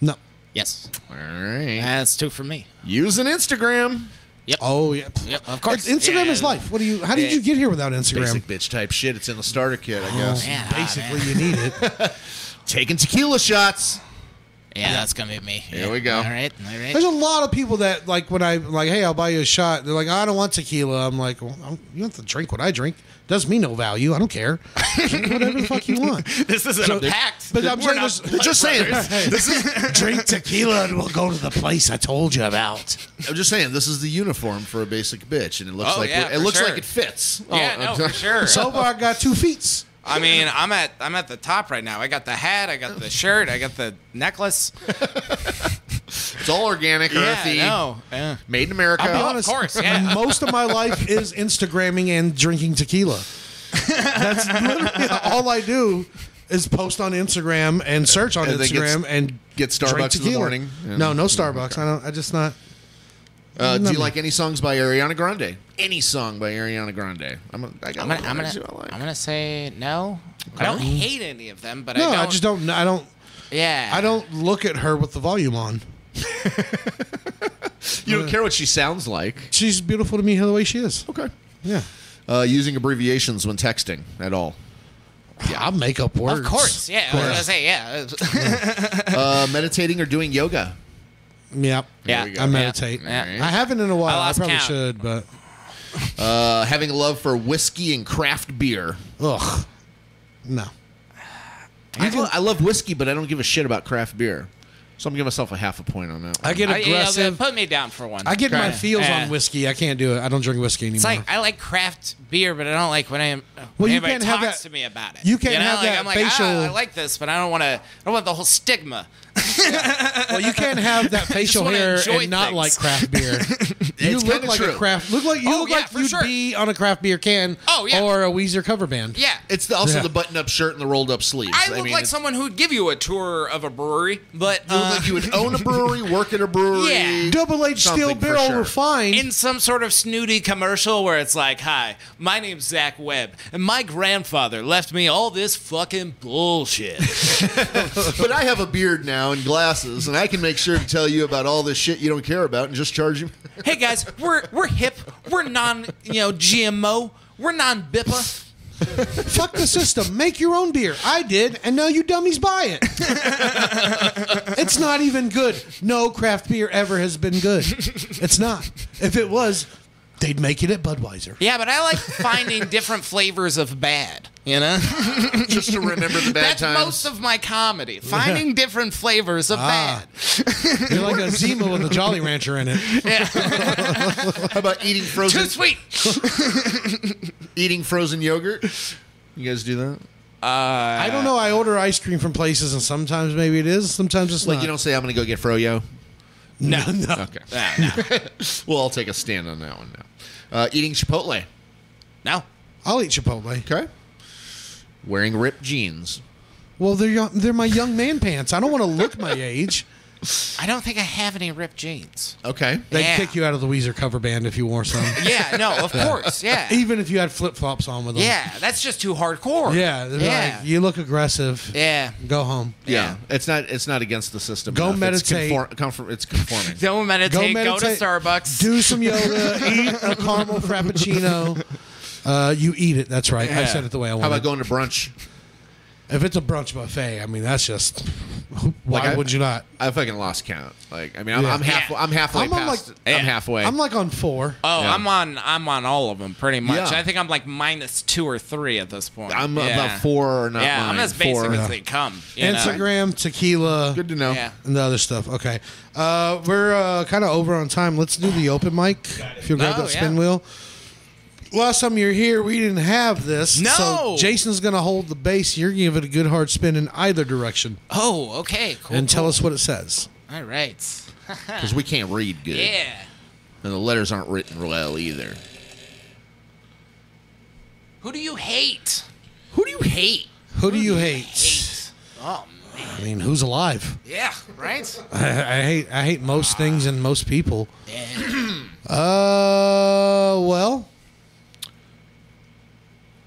A: No.
D: Yes,
C: All right.
D: that's two for me.
C: Using Instagram.
A: Oh yeah.
D: Yep, of course.
A: It's- Instagram
D: Yeah.
A: is life. What do you? How did you get here without Instagram?
C: Basic bitch type shit. It's in the starter kit,
A: Oh,
C: I guess.
D: Ah, man.
A: Basically, you need it.
C: Taking tequila shots.
D: Yeah, that's gonna be me.
C: Here we go.
D: All right, all right.
A: There's a lot of people that like when I like, hey, I'll buy you a shot. They're like, I don't want tequila. I'm like, well, I don't- you don't have to drink what I drink. Does me no value. I don't care. Drink whatever the fuck you want.
D: This isn't a pact.
A: But I'm
D: We're
A: saying
D: not
A: there's-
D: blood
C: Just saying.
D: brothers.
A: this is drink tequila and we'll go to the place I told you about.
C: I'm just saying, this is the uniform for a basic bitch, and it looks
D: Oh,
C: like
D: yeah,
C: it
D: for
C: looks
D: sure.
C: like it fits. Oh,
D: Yeah, no, for sure.
A: So far, I got two feet.
D: Oh, I mean, I'm at I'm at the top right now. I got the hat, I got the shirt, I got the necklace.
C: It's all organic, earthy,
D: Yeah, no, yeah.
C: made in America.
A: I'll be honest.
D: course, yeah.
A: Most of my life is Instagramming and drinking tequila. That's literally all I do is post on Instagram and search on
C: And then get-
A: Instagram and
C: get Starbucks in the
A: drink tequila.
C: morning. Yeah.
A: No, no Starbucks. I don't. I just not.
C: Uh, do you
A: Nothing.
C: like any songs by Ariana Grande? Any song by Ariana Grande? I'm, a, I got
D: I'm gonna
C: a
D: I'm
C: lot of
D: gonna,
C: shit I like.
D: I'm gonna say no. I don't hate any of them, but
A: No,
D: I don't.
A: I just don't. I don't.
D: Yeah,
A: I don't look at her with the volume on.
C: you don't care what she sounds like.
A: She's beautiful to me the way she is.
C: Okay.
A: Yeah.
C: Uh, using abbreviations when texting at all.
A: I'll make up words.
D: Of course, yeah. I was gonna say yeah.
C: Uh, meditating or doing yoga.
A: Yep.
D: Yeah.
C: we go.
A: I meditate.
D: Yeah.
A: I haven't in a while. I,
D: lost
A: probably
D: count.
A: should, but
C: Uh, having a love for whiskey and craft beer.
A: ugh, no.
C: I, lo- I love whiskey, but I don't give a shit about craft beer. So I'm giving myself a half a point on that. One.
A: I get
D: I- yeah,
A: aggressive.
D: put me down for one.
A: I get my
D: Yeah.
A: feels
D: Yeah.
A: on whiskey. I can't do it. I don't drink whiskey anymore.
D: It's like I like craft beer, but I don't like when I am. Well,
A: you
D: you can't
A: can't
D: talks
A: have that-
D: to me about it.
A: you can't
D: know?
A: have
D: like,
A: that
D: I'm like,
A: facial-
D: Ah, I like this, but I don't want to. I don't want the whole stigma.
A: well, you can't have that facial
D: uh, wanna
A: hair and
D: enjoy
A: not
D: things.
A: like craft beer. you
C: It's
A: look
C: kinda
A: like a
C: true.
A: craft. Look like you
D: Oh,
A: look
D: yeah,
A: like
D: for
A: you'd
D: sure.
A: be on a craft beer can.
D: Oh, yeah.
A: or a Weezer cover band.
D: Yeah,
C: It's the, also
A: Yeah.
C: the button-up shirt and the rolled-up sleeves.
D: I look
C: mean,
D: like
C: it's-
D: someone who'd give you a tour of a brewery, but
C: You
D: uh,
C: look like you would own a brewery, work at a brewery.
D: Yeah.
A: Double H
C: Something
A: steel
C: for
A: barrel
C: sure.
A: refined.
D: in some sort of snooty commercial where it's like, "Hi, my name's Zach Webb, and my grandfather left me all this fucking bullshit."
C: But I have a beard now and glasses, and I can make sure to tell you about all this shit you don't care about and just charge you.
D: hey guys, we're we're hip, we're non, you know, GMO, we're non BIPA.
A: Fuck the system. Make your own beer. I did, and now you dummies buy it. it's not even good. No craft beer ever has been good. It's not. If it was, they'd make it at Budweiser.
D: Yeah, but I like finding different flavors of bad. You know,
C: just to remember the bad
D: that's
C: times.
D: most of my comedy. Finding different flavors of
A: Ah.
D: bad.
A: You're like a Zima with a Jolly Rancher in it.
C: How about eating
D: Too
C: frozen
D: sweet.
C: eating frozen yogurt? You guys do that?
A: I don't know. I order ice cream from places, and sometimes maybe it is, sometimes it's
C: Like
A: not.
C: you don't say I'm going to go get froyo.
A: no, no.
C: Okay. well, I'll take a stand on that one now. Uh, eating Chipotle.
D: No.
A: I'll eat Chipotle.
C: Okay. Wearing ripped jeans.
A: Well, they're young, they're my young man pants. I don't want to look my age.
D: I don't think I have any ripped jeans.
C: Okay.
A: They'd
D: Yeah.
A: kick you out of the Weezer cover band if you wore some.
D: Yeah, no, of course. Yeah.
A: Even if you had flip flops on with them.
D: Yeah, that's just too hardcore.
A: Yeah, they're
D: Yeah.
A: like, you look aggressive.
D: yeah.
A: Go home.
C: Yeah. It's not. It's not against the system.
A: Go
C: enough. It's,
A: meditate.
C: conform, conform, it's conforming.
D: Don't
A: Go
D: meditate, go,
A: meditate.
D: to Starbucks.
A: Do some yoga. eat a caramel frappuccino. Uh, you eat it. That's right. I
D: Yeah.
A: said it the way I
C: How about
A: wanted.
C: going to brunch?
A: if it's a brunch buffet, I mean, that's just. Why
C: Like, I-
A: would you not?
C: I fucking lost count. Like, I mean, I'm,
A: Yeah.
C: I'm half.
D: Yeah.
C: I'm halfway
A: I'm on,
C: past.
A: like-
C: it.
D: Yeah.
C: I'm halfway.
A: I'm like on four.
D: Oh,
C: Yeah.
D: I'm on I'm on all of them pretty much.
C: Yeah.
D: I think I'm like minus 2 or 3 at this point.
C: I'm
D: Yeah.
C: about four or not.
D: Yeah,
C: mine.
D: I'm as basic
C: Four.
D: as they come. you know?
A: Instagram, tequila,
C: Good to know.
D: Yeah.
A: and the other stuff. Okay, uh, we're uh, kind of over on time. Let's do the open mic. If you'll grab
D: Oh,
A: that spin
D: yeah.
A: wheel. Last time you're here, we didn't have this. So
D: No!
A: Jason's gonna hold the base. You're gonna give it a good hard spin in either direction,
D: Oh, okay, cool.
A: and tell
D: cool.
A: us what it says.
D: All right.
C: Because we can't read good.
D: Yeah.
C: And the letters aren't written well either.
D: Who do you hate?
C: Who do you hate?
A: Who do you hate?
D: Hate. Oh, man.
A: I mean, who's alive?
D: yeah, right?
A: I, I hate I hate most things and most people.
D: Yeah.
A: Uh, Uh, well,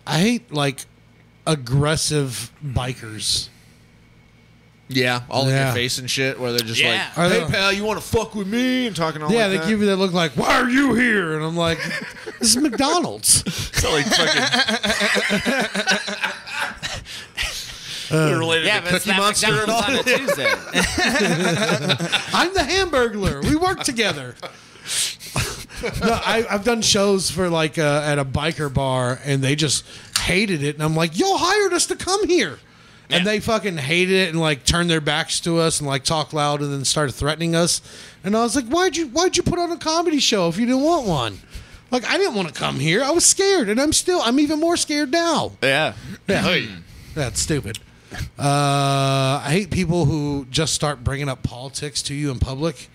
A: I hate like aggressive bikers.
C: Yeah, all in
A: Yeah.
C: your face and shit, where they're just
D: Yeah.
C: like,
A: Are
C: "Hey
A: they-
C: pal, you want to fuck with me?" and talking all
A: yeah,
C: like
A: they
C: that.
A: give you that look like, "Why are you here?" And I'm like, "This is McDonald's."
E: It's not like fucking.
C: Uh,
E: They're Uh, related
D: Yeah,
E: to
D: but it's
E: Cookie
D: not
E: Monster at all.
D: McDonald's on a Tuesday.
A: I'm the Hamburglar. We work together. no, I, I've done shows for like uh, at a biker bar, and they just hated it. And I'm like, "Y'all hired us to come here." And they fucking hated it and like turned their backs to us and like talked loud and then started threatening us. And I was like, why'd you why'd you put on a comedy show if you didn't want one? Like I didn't want to come here. I was scared and I'm still I'm even more scared now.
E: Yeah.
A: Yeah. That's stupid. Uh, I hate people who just start bringing up politics to you in public.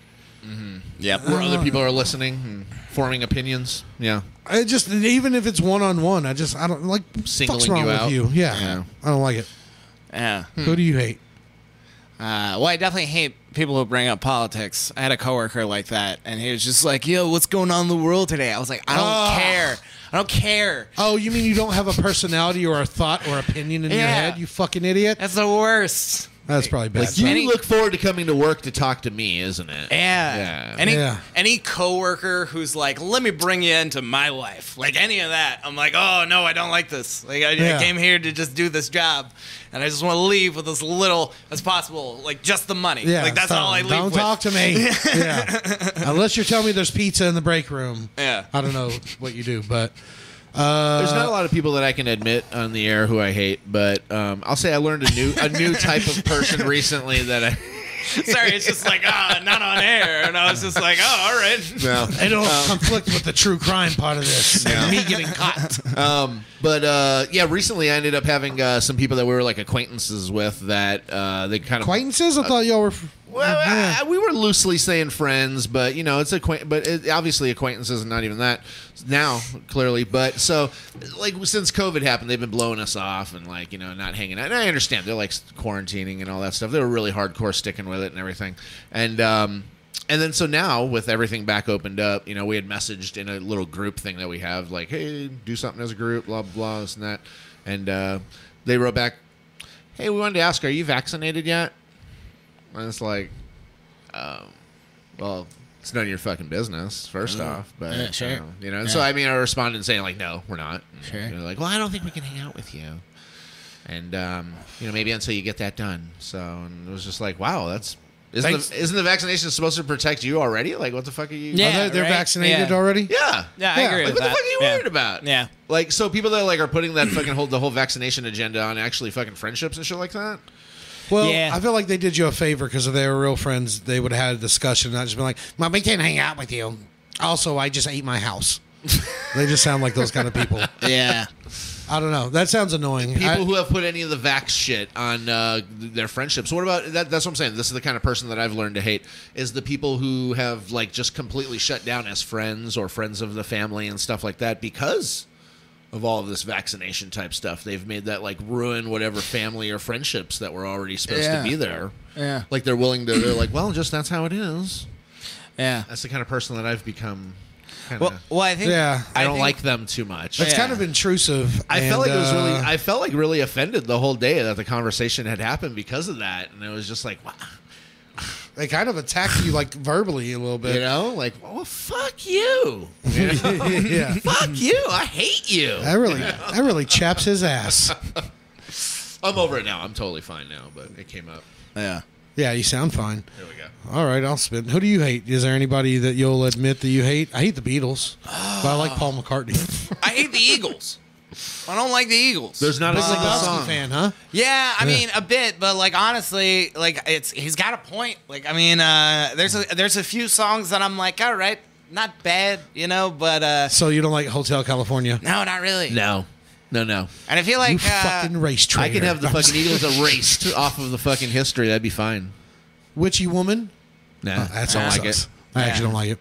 E: Yep.
C: where
E: Uh-huh.
C: other people are listening, and forming opinions. Yeah,
A: I just even if it's one on one, I just I don't like
C: Singling
A: fuck's wrong
C: you
A: with
C: out.
A: you. Yeah,
C: Yeah.
A: I don't like it.
E: Yeah.
A: Who do you hate?
E: Uh, well, I definitely hate people who bring up politics. I had a coworker like that, and he was just like, "Yo, what's going on in the world today?" I was like, "I don't
A: Ah.
E: care. I don't care."
A: Oh, you mean you don't have a personality or a thought or opinion in your
E: Yeah.
A: head? You fucking idiot.
E: That's the worst.
A: That's probably bad.
C: you
E: Any-
C: look forward to coming to work to talk to me, isn't it?
E: Yeah.
C: Yeah.
E: Any
A: Yeah.
E: any coworker who's like, "Let me bring you into my life," like any of that, I'm like, "Oh no, I don't like this. Like I,
A: Yeah.
E: I came here to just do this job, and I just want to leave with as little as possible, like just the money.
A: yeah,
E: like that's
A: stop.
E: all I leave
A: Don't
E: with.
A: talk to me. yeah, unless you're telling me there's pizza in the break room.
E: Yeah.
A: I don't know what you do, but
C: There's not a lot of people that I can admit on the air who I hate, but um, I'll say I learned a new a new type of person recently that I.
E: Sorry, it's just like, ah, not on air, and I was just like, oh, all right.
C: No.
A: it'll conflict with the true crime part of this. and Me getting caught.
C: Um, but uh, yeah, recently I ended up having uh, some people that we were like acquaintances with that uh, they kind of
A: Acquaintances? I thought y'all were.
C: Well, I- I- we were loosely saying friends, but you know, it's acquaint. But it, obviously, acquaintances, and not even that now, clearly. But so, like since COVID happened, they've been blowing us off and like you know not hanging out. And I understand they're like quarantining and all that stuff. They were really hardcore sticking with it and everything. And um, and then so now with everything back opened up, you know, we had messaged in a little group thing that we have, like, hey, do something as a group, blah blah, blah this and that. And uh, they wrote back, hey, we wanted to ask, are you vaccinated yet? And it's like, um, well, it's none of your fucking business, first off. But
E: Yeah, sure.
C: you know, you know, and so I mean, I responded and saying like, no, we're not. And
E: Sure.
C: They're like, well, I don't think we can hang out with you. And um, you know, maybe until you get that done. So and it was just like, wow, that's isn't
A: Thanks.
C: the, isn't the vaccination supposed to protect you already? Like, what the fuck are you?
E: Yeah,
A: Are they, are
E: right?
A: vaccinated
E: Yeah.
A: already.
C: Yeah.
E: Yeah, I
A: Yeah,
E: agree
C: Like,
E: with
C: what the
E: that.
C: fuck are you
E: yeah.
C: worried about?
E: Yeah.
C: Like, so people that like are putting that fucking whole the whole vaccination agenda on actually fucking friendships and shit like that.
A: Well,
E: Yeah.
A: I feel like they did you a favor because if they were real friends, they would have had a discussion, not just been like, "Mom, we can't hang out with you." Also, I just ate my house. they just sound like those kind of people.
E: Yeah.
A: I don't know. That sounds annoying.
C: people
A: I-
C: who have put any of the vax shit on uh, th- their friendships. What about that? That's what I'm saying. This is the kind of person that I've learned to hate is the people who have like just completely shut down as friends or friends of the family and stuff like that because of all of this vaccination type stuff. They've made that like ruin whatever family or friendships that were already supposed to
E: Yeah.
C: be there.
E: Yeah.
C: Like they're willing to. They're like, well, just that's how it is.
E: Yeah.
C: That's the kind of person that I've become. Kinda,
E: Well, well, I think.
A: Yeah.
C: I, don't
E: think-
C: like them too much.
A: it's kind of intrusive.
C: I felt like
A: and,
C: it was really.
A: uh,
C: I felt like really offended the whole day that the conversation had happened because of that, and it was just like, wow,
A: they kind of attack you like verbally a little
C: you
A: bit.
C: know, like, well, fuck you,
A: yeah.
C: fuck you, I hate you.
A: That really, that really chaps his ass.
C: I'm over it now. I'm totally fine now, but it came up.
E: Yeah.
A: Yeah, you sound fine.
C: There we go.
A: All right, I'll spin. Who do you hate? Is there anybody that you'll admit that you hate? I hate the Beatles, but I like Paul McCartney.
E: I hate the Eagles. I don't like the Eagles.
C: There's not a
A: Big
C: single
A: Lebowski
C: song.
A: fan, huh?
E: Yeah, I mean a bit, but like honestly, like it's he's got a point. Like I mean, uh, there's a there's a few songs that I'm like, all right, not bad, you know, but uh,
A: So you don't like Hotel California?
E: no, not really.
C: No, no, no.
E: And I feel like
A: You
E: uh,
A: fucking race traitor.
C: I can have the fucking Eagles erased off of the fucking history. That'd be fine.
A: witchy woman.
C: Nah,
A: Oh, That's
C: I
A: all
C: don't
A: I
C: like
A: like
C: it.
A: I
E: Yeah.
A: actually don't like it.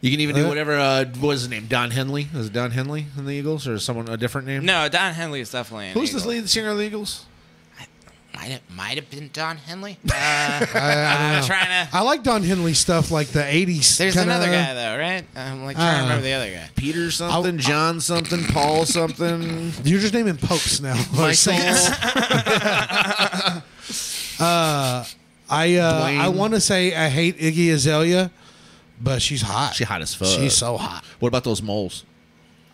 C: You can even
A: Uh,
C: do whatever. Uh, what was his name? Don Henley? Is it Don Henley in the Eagles, or someone a different name?
E: no, Don Henley is definitely an
C: Who's
E: Eagle.
C: the lead singer of the Eagles?
E: I
D: might have, might have been Don Henley. Uh, I'm trying to.
A: I like Don Henley stuff like the 80s.
D: There's
A: kinda-
D: another guy though, right? I'm like
A: I
D: trying
A: don't
D: to remember
A: know.
D: the other guy.
C: Peter something, John something, Paul something.
A: You're just naming popes now. or saints. I uh,
C: Dwayne.
A: I want to say I hate Iggy Azalea, but she's hot.
C: She hot as fuck.
A: She's so hot.
C: What about those moles?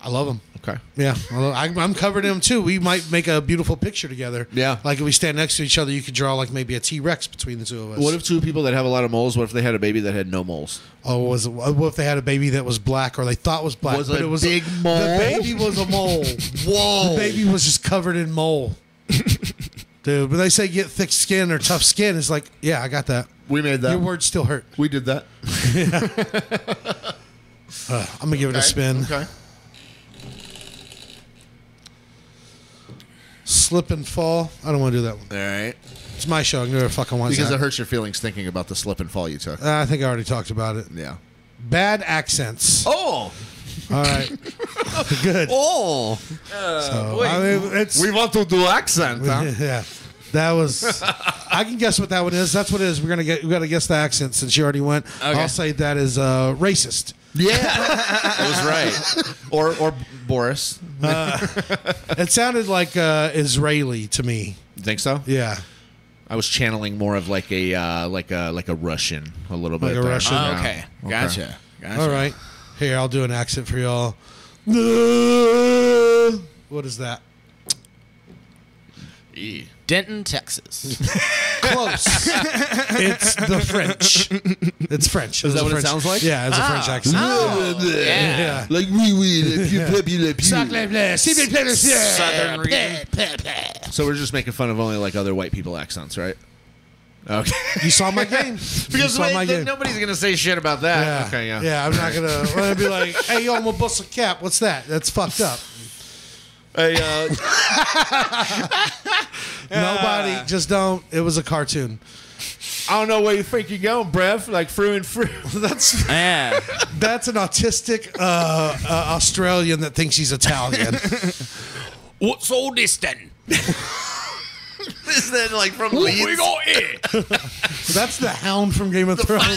A: I love them.
C: Okay.
A: Yeah, I love- I, I'm covered in them too. We might make a beautiful picture together.
C: Yeah.
A: like if we stand next to each other, you could draw like maybe a T Rex between the two of us.
C: What if two people that have a lot of moles? What if they had a baby that had no moles?
A: Oh, was it, what if they had a baby that was black or they thought was black,
C: Was
A: but
C: a
A: it was
C: big mole?
A: The baby was a mole.
C: Whoa!
A: the baby was just covered in mole. Dude, when they say get thick skin or tough skin, it's like, yeah, I got that.
C: we made
A: Your
C: that.
A: words still hurt.
C: we did that.
A: I'm gonna give it a spin.
C: Okay.
A: Slip and fall. I don't want to do that one.
C: All right.
A: It's my show. I can do whatever the fuck I want.
C: Because
A: Zach.
C: it hurts your feelings thinking about the slip and fall you took.
A: Uh, I think I already talked about it.
C: Yeah.
A: Bad accents. All
C: Oh.
A: right. Good.
C: Oh.
A: So, I mean, it's,
C: want to do accent.
A: yeah. That was. I can guess what that one is. That's what it is. We're gonna get. We gotta guess the accent since you already went. I'll say that is uh, racist.
C: Yeah. I was right. Or or Boris.
A: It sounded like uh, Israeli to me.
C: You think so?
A: Yeah.
C: I was channeling more of like a uh, like a like a Russian a little
A: Like
C: bit.
A: a
C: there.
A: Russian? Oh,
C: Yeah.
D: okay. Gotcha. Gotcha.
A: All right. Here, I'll do an accent for y'all. What is that?
C: E.
D: Denton, Texas.
A: Close. it's the French. It's French. Is
C: that what it sounds like? Ah.
A: Yeah, it's a French accent.
D: yeah.
A: Yeah.
C: Like we we
D: Southern region.
C: So we're just making fun of only like other white people accents, right? Okay.
A: You saw my game. you
C: because
A: saw
C: wait,
A: my
C: then
A: game.
C: nobody's gonna say shit about that.
A: yeah.
C: Okay. Yeah.
A: I'm not gonna. I'm gonna be like, hey, yo, I'm gonna bust a cap. What's that? That's fucked up.
C: Hey, uh,
A: Nobody, just don't. It was a cartoon.
C: I don't know where you think you're going, bruv. Like through and through.
A: That's
E: Yeah.
A: that's an autistic uh, uh, Australian that thinks he's Italian.
D: What's all this then?
C: Is that like from
D: We got here.
A: That's the hound from Game of Thrones.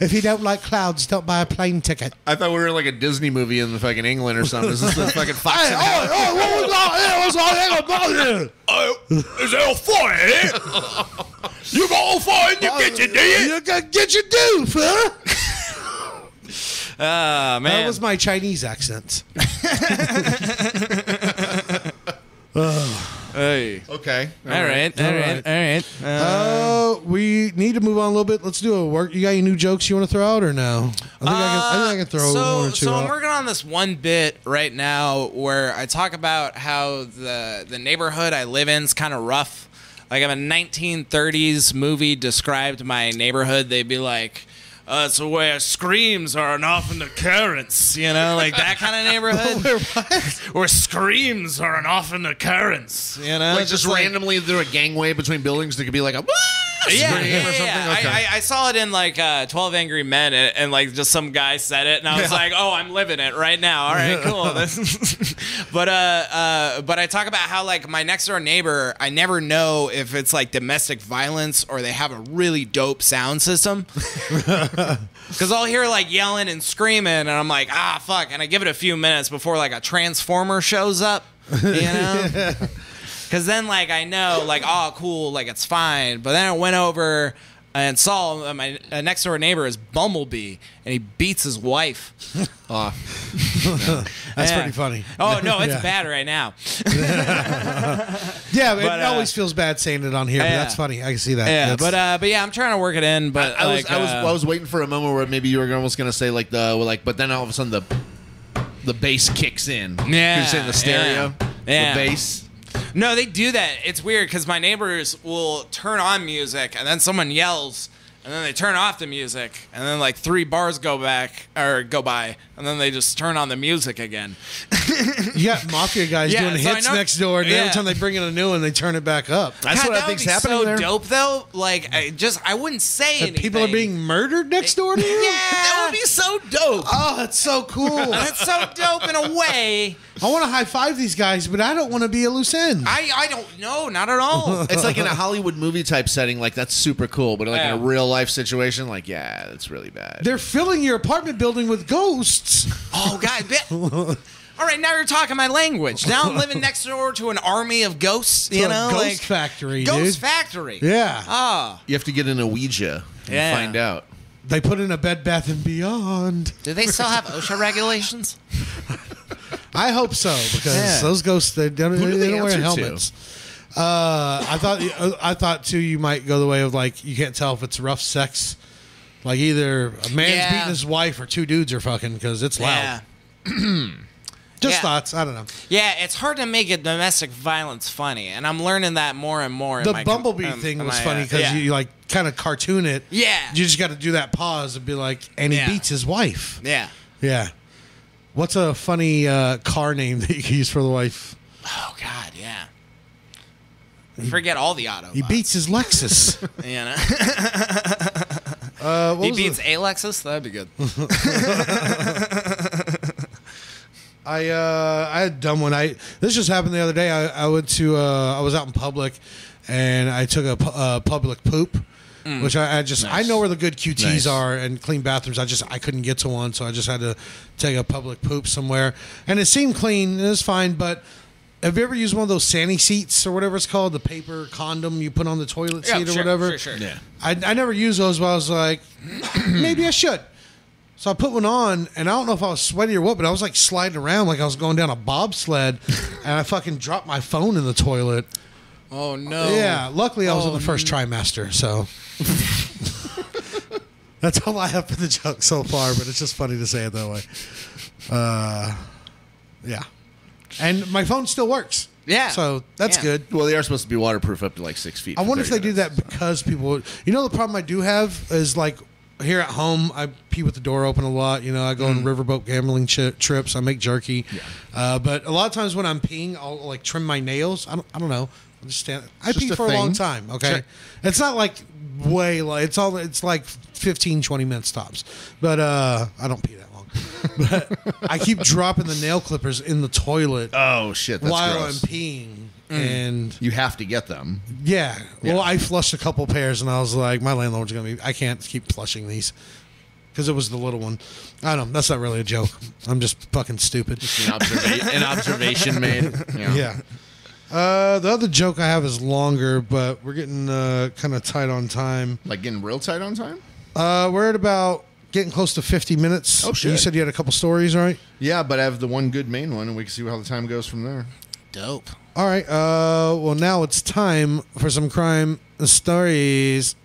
A: if you don't like clouds, don't buy a plane ticket.
C: I thought we were in like a Disney movie in the fucking England or something. Is this the fucking Fox? and Hound?
A: oh, what was that? What's all that about
D: Is there a fire here? You got all fire in your kitchen, do you?
A: Uh, You can get your doof, huh?
E: Ah, man.
A: That was my Chinese accent.
E: hey.
C: Okay.
E: All right. All right. All right. Uh,
A: Uh, we need to move on a little bit. Let's do a work. You got any new jokes you want to throw out or no? I think, I, can, I, think I can throw
D: Uh, so,
A: one or two
D: So I'm
A: out.
D: working on this one bit right now where I talk about how the the neighborhood I live in is kind of rough. Like if a 1930s movie described my neighborhood, they'd be like, uh, "It's where screams are an often occurrence," you know, like that kind of neighborhood where, screams are an often occurrence, you know,
C: Like just
D: like-
C: randomly through a gangway between buildings that could be like a.
D: yeah,
C: scream
D: yeah,
C: or
D: yeah,
C: something?
D: yeah.
C: Okay.
D: I, I, I saw it in like uh, Twelve Angry Men, and, and like just some guy said it, and I was like, "Oh, I'm living it right now." All right, cool. This- but uh, uh, but I talk about how like my next door neighbor, I never know if it's like domestic violence or they have a really dope sound system, because I'll hear like yelling and screaming, and I'm like, "Ah, fuck!" And I give it a few minutes before like a transformer shows up, you know. Cause then like I know like oh cool like it's fine, but then I went over and saw that my uh, next door neighbor is Bumblebee and he beats his wife.
C: Oh,
A: That's
D: Yeah.
A: pretty funny.
D: Oh no, it's
A: Yeah.
D: bad right now.
A: Yeah, but
D: But,
A: it
D: uh,
A: always feels bad saying it on here, but
D: yeah.
A: that's funny. I can see that.
D: Yeah,
A: That's-
D: but uh, but yeah, I'm trying to work it in. But
C: I,
D: like,
C: was, I was
D: uh,
C: I was waiting for a moment where maybe you were almost gonna say like the well, like, but then all of a sudden the the bass kicks in.
D: Yeah,
C: You're saying the stereo,
D: yeah, yeah.
C: the bass.
D: No, they do that. It's weird because my neighbors will turn on music and then someone yells, and then they turn off the music, and then like three bars go back or go by, and then they just turn on the music again.
A: You got mafia guys
D: Yeah,
A: doing
D: so I
A: hits
D: know-
A: next door, and every
D: yeah.
A: time they bring in a new one, they turn it back up.
C: That's
D: God,
C: what I
D: that
C: think's
D: would be
C: happening
D: So
C: there.
D: dope though. Like I just I wouldn't say
A: And
D: anything.
A: people are being murdered next door to you?
D: Yeah, that would be so dope.
A: Oh, that's so cool. I
D: That's so dope in a way.
A: want to high five these guys, but I don't want to be a loose end.
D: I I don't know, not at all.
C: It's like in a Hollywood movie type setting, like that's super cool, but like in a
D: Yeah.
C: real life situation, like yeah, that's really bad.
A: They're filling your apartment building with ghosts.
D: Oh God! bet- All right, now you're talking my language. Now I'm living next door to an army of ghosts. You
A: To a
D: know,
A: ghost
D: like-
A: factory,
D: Ghost
A: dude.
D: factory.
A: Yeah.
D: Ah,
C: you have to get in a Ouija and
D: Yeah.
C: find out.
A: They put in a Bed Bath and Beyond.
D: do they still have OSHA regulations?
A: I hope so because
D: Yeah.
A: those ghosts they don't, they,
C: do
A: they
C: they
A: don't wear
C: answer to?
A: helmets. Uh, I thought uh, I thought too you might go the way of like you can't tell if it's rough sex, like either a man's
D: Yeah.
A: beating his wife or two dudes are fucking because it's loud.
D: Yeah.
A: Just
D: Yeah.
A: thoughts. I don't know.
D: Yeah, it's hard to make a domestic violence funny, and I'm learning that more and more. in
A: The
D: my com-
A: bumblebee
D: um,
A: thing
D: in
A: was
D: my, uh,
A: funny because
D: yeah.
A: you like kind of cartoon it.
D: Yeah.
A: You just got to do that pause and be like, and he
D: Yeah.
A: beats his wife.
D: Yeah.
A: Yeah. What's a funny uh, car name that you can use for the wife?
D: Oh God, yeah. Forget all the auto.
A: He beats his Lexus.
D: You know?
A: uh, what
D: he
A: was
D: beats
A: the-
D: Alexis. That'd be good.
A: I uh, I had a dumb one. I this just happened the other day. I, I went to uh, I was out in public, and I took a pu- uh, public poop,
D: Mm.
A: which I, I just I know where the good QTs
C: Nice.
A: are and clean bathrooms. I just I couldn't get to one, so I just had to take a public poop somewhere, and it seemed clean. It was fine, but. Have you ever used one of those sandy seats or whatever it's called, the paper condom you put on the toilet
D: Yeah,
A: seat or
D: sure,
A: whatever?
D: sure, sure. Yeah.
A: I, I never used those, but I was like, maybe I should. So I put one on, and I don't know if I was sweaty or what, but I was like sliding around like I was going down a bobsled, and I fucking dropped my phone in the toilet.
D: Oh no.
A: Yeah, luckily I was in the first trimester, so that's all I have for the joke so far. But it's just funny to say it that way. Uh, yeah, and my phone still works.
D: Yeah.
A: so that's
D: Yeah.
A: good.
C: Well, they are supposed to be waterproof up to like six feet.
A: I
C: for
A: wonder if they
C: 30
A: do that
C: minutes.
A: because people. You know, the problem I do have is like here at home, I pee with the door open a lot. You know, I go on
C: Mm.
A: riverboat gambling chi- trips. I make jerky, uh, but a lot of times when I'm peeing, I'll like trim my nails. I don't. I don't know. I'm just standing. I
C: Just
A: pee
C: a
A: for a long
C: thing.
A: time. Okay,
C: Sure.
A: it's not like way. Like, it's all. It's like 15, 20 minutes tops. But uh, I don't pee that long. but I keep dropping the nail clippers in the toilet
C: Oh shit! That's
A: while
C: gross. Mm.
A: I'm peeing. And
C: you have to get them.
A: yeah. Well, I flushed a couple pairs, and I was like, my landlord's gonna be. I can't keep flushing these because it was the little one. I don't. know. That's not really a joke. I'm just fucking stupid.
C: An, observa- an observation made. Yeah.
A: Yeah. Uh, the other joke I have is longer, but we're getting uh, kind of tight on time.
C: Like getting real tight on time.
A: Uh, we're at about getting close to 50 minutes.
C: Oh, shit.
A: You said you had a couple stories, right?
C: Yeah, but I have the one good main one, and we can see how the time goes from there.
D: Dope.
A: All right. Uh, well, now it's time for some crime stories.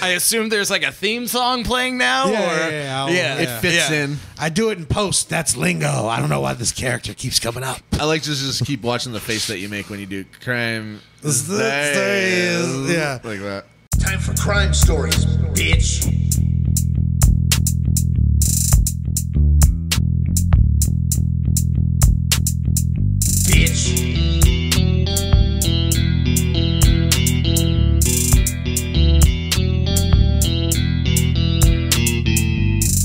D: I assume there's like a theme song playing now. or
A: I'll-
D: Yeah.
C: It fits
D: Yeah.
C: in.
A: I do it in post. That's lingo. I don't know why this character keeps coming up.
C: I like to just keep watching the face that you make when you do crime.
A: Stories. Yeah.
C: like that.
F: Time for crime stories, bitch. Bitch.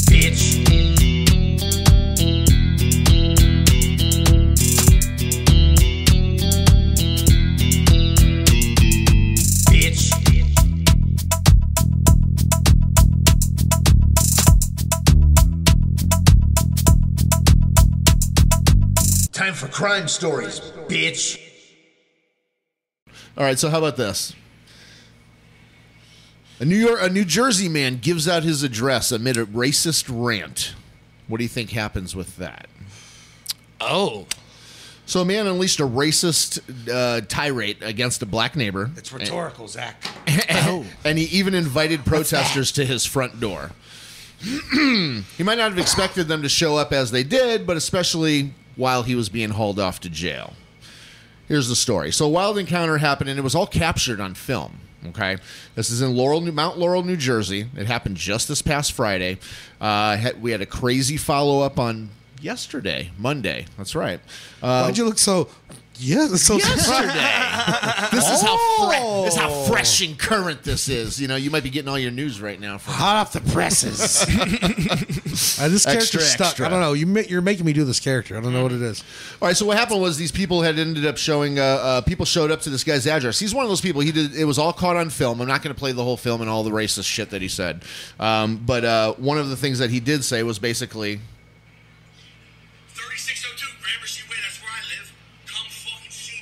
F: Bitch. Bitch. Time for crime stories, bitch.
C: All right, so how about this? A New York, a New Jersey man gives out his address amid a racist rant. What do you think happens with that?
D: Oh.
C: So a man unleashed a racist uh, tirade against a black neighbor.
A: It's rhetorical, Zach. Oh.
C: and he even invited protesters to his front door. he might not have expected them to show up as they did, but especially while he was being hauled off to jail. Here's the story. So, a wild encounter happened, and it was all captured on film. Okay, this is in Laurel, New, Mount Laurel, New Jersey. It happened just this past Friday. Uh, had- we had a crazy follow up on yesterday, Monday. That's right. Uh,
A: Why'd you look so? Yeah, that's so
C: yesterday. this is how
A: Oh.
C: fre- this is how fresh and current this is. You know, you might be getting all your news right now from
A: hot off the presses. Uh, this character
C: Extra,
A: stuck.
C: extra.
A: I don't know. You ma- you're making me do this character. I don't know what it is.
C: All right, so what happened was these people had ended up showing. Uh, uh, people showed up to this guy's address. He's one of those people. He did. It was all caught on film. I'm not going to play the whole film and all the racist shit that he said. Um, but uh, one of the things that he did say was basically,
G: 3602 Gramercy Way, that's where I live. Come fucking see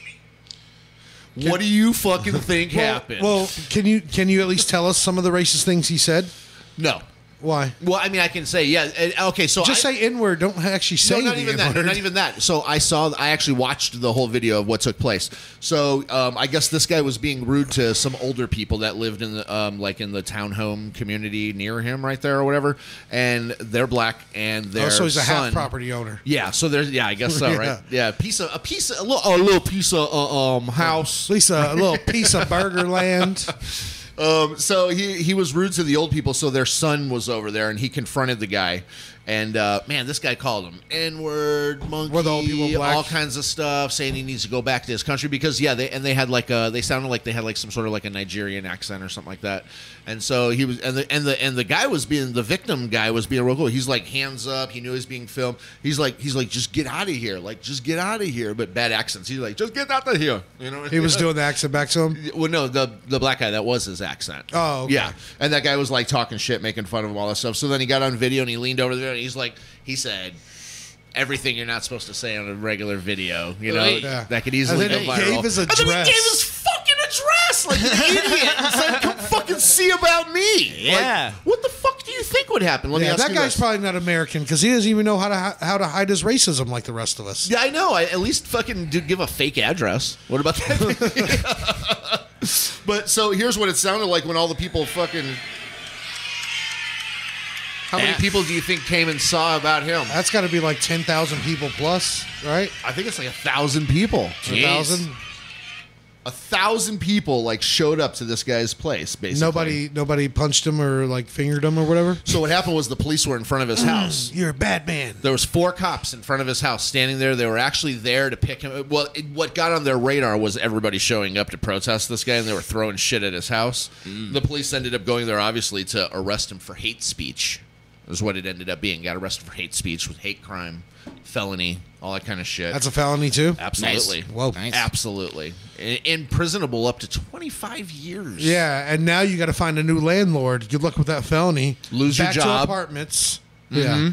G: me.
C: "What do you fucking think happened?"
A: Well, can you can you at least tell us some of the racist things he said?
C: no.
A: Why?
C: Well, I mean, I can say, yeah. uh, Okay, so
A: Just
C: I,
A: say N word. Don't actually say
C: no, not
A: the
C: even that.
A: N-word.
C: Not even that. So I saw. I actually watched the whole video of what took place. So um, I guess this guy was being rude to some older people that lived in the um, like in the townhome community near him, right there or whatever. And they're black, and their
A: Oh, so he's a half
C: son-
A: property owner.
C: Yeah. So there's yeah, I guess so, right? Yeah, piece of a piece of a little, a little piece of uh, um house.
A: At least a, a little piece of burger land.
C: Um, so he he was rude to the old people. So their son was over there, and he confronted the guy. And uh, man, this guy called him N word, monkey,
A: Were the old people black?
C: all kinds of stuff, saying he needs to go back to his country because yeah, they and they had like uh they sounded like they had like some sort of like a Nigerian accent or something like that. And so he was and the and the and the guy was being the victim guy was being real cool. He's like hands up. He knew he was being filmed. He's like he's like just get out of here, like just get out of here. But bad accents. He's like just get out of here. You know
A: He was doing the accent back to him.
C: well, no, the the black guy that was his accent.
A: Oh, okay.
C: yeah, and that guy was like talking shit, making fun of him, all that stuff. So then he got on video and he leaned over there and he's like, he said everything you're not supposed to say on a regular video. You know,
A: Yeah.
C: that could easily
A: And then
C: go
A: he
C: viral.
A: gave his
C: And then he
A: address.
C: gave his fucking address like an idiot and said, "Come fucking see about me."
D: Yeah.
C: Like, what the fuck do you think would happen? Let me
A: Yeah,
C: ask
A: that
C: you
A: guy's
C: this.
A: probably not American because he doesn't even know how to hi- how to hide his racism like the rest of us.
C: Yeah, I know. I, at least fucking do give a fake address. What about that? but so here's what it sounded like when all the people fucking. How many
D: Yeah.
C: people do you think came and saw about him?
A: That's got to be like ten thousand people plus, right?
C: I think it's like a thousand people.
A: A thousand.
C: A thousand people like showed up to this guy's place. Basically,
A: Nobody nobody punched him or like fingered him or whatever.
C: So what happened was the police were in front of his house.
A: You're a bad man.
C: There was four cops in front of his house standing there. They were actually there to pick him. Well, it, what got on their radar was everybody showing up to protest this guy, and they were throwing shit at his house. The police ended up going there, obviously, to arrest him for hate speech. Is what it ended up being. Got arrested for hate speech with hate crime, felony, all that kind of shit.
A: That's a felony too.
C: absolutely,
A: Whoa.
C: absolutely, I- imprisonable up to twenty five years.
A: Yeah, and now you got to find a new landlord. Good luck with that felony.
C: Lose your
A: Back To
C: job.
A: apartments. Yeah.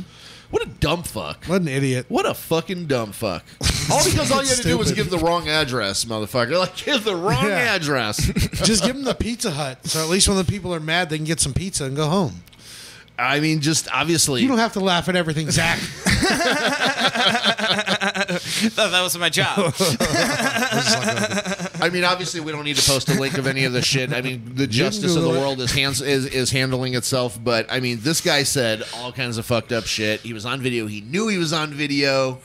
C: what a dumb fuck.
A: What an idiot.
C: What a fucking dumb fuck. All because all you had to do was
A: Stupid.
C: give the wrong address, motherfucker. Like, give the wrong
A: Yeah.
C: address.
A: Just give them the Pizza Hut, so at least when the people are mad, they can get some pizza and go home.
C: I mean, just obviously.
A: You don't have to laugh at everything, Zach.
D: Thought that was my job.
C: I mean, obviously, we don't need to post a link of any of this shit. I mean, the justice of the
A: Google it.
C: world is, hands, is is handling itself. But I mean, this guy said all kinds of fucked up shit. He was on video. He knew he was on video.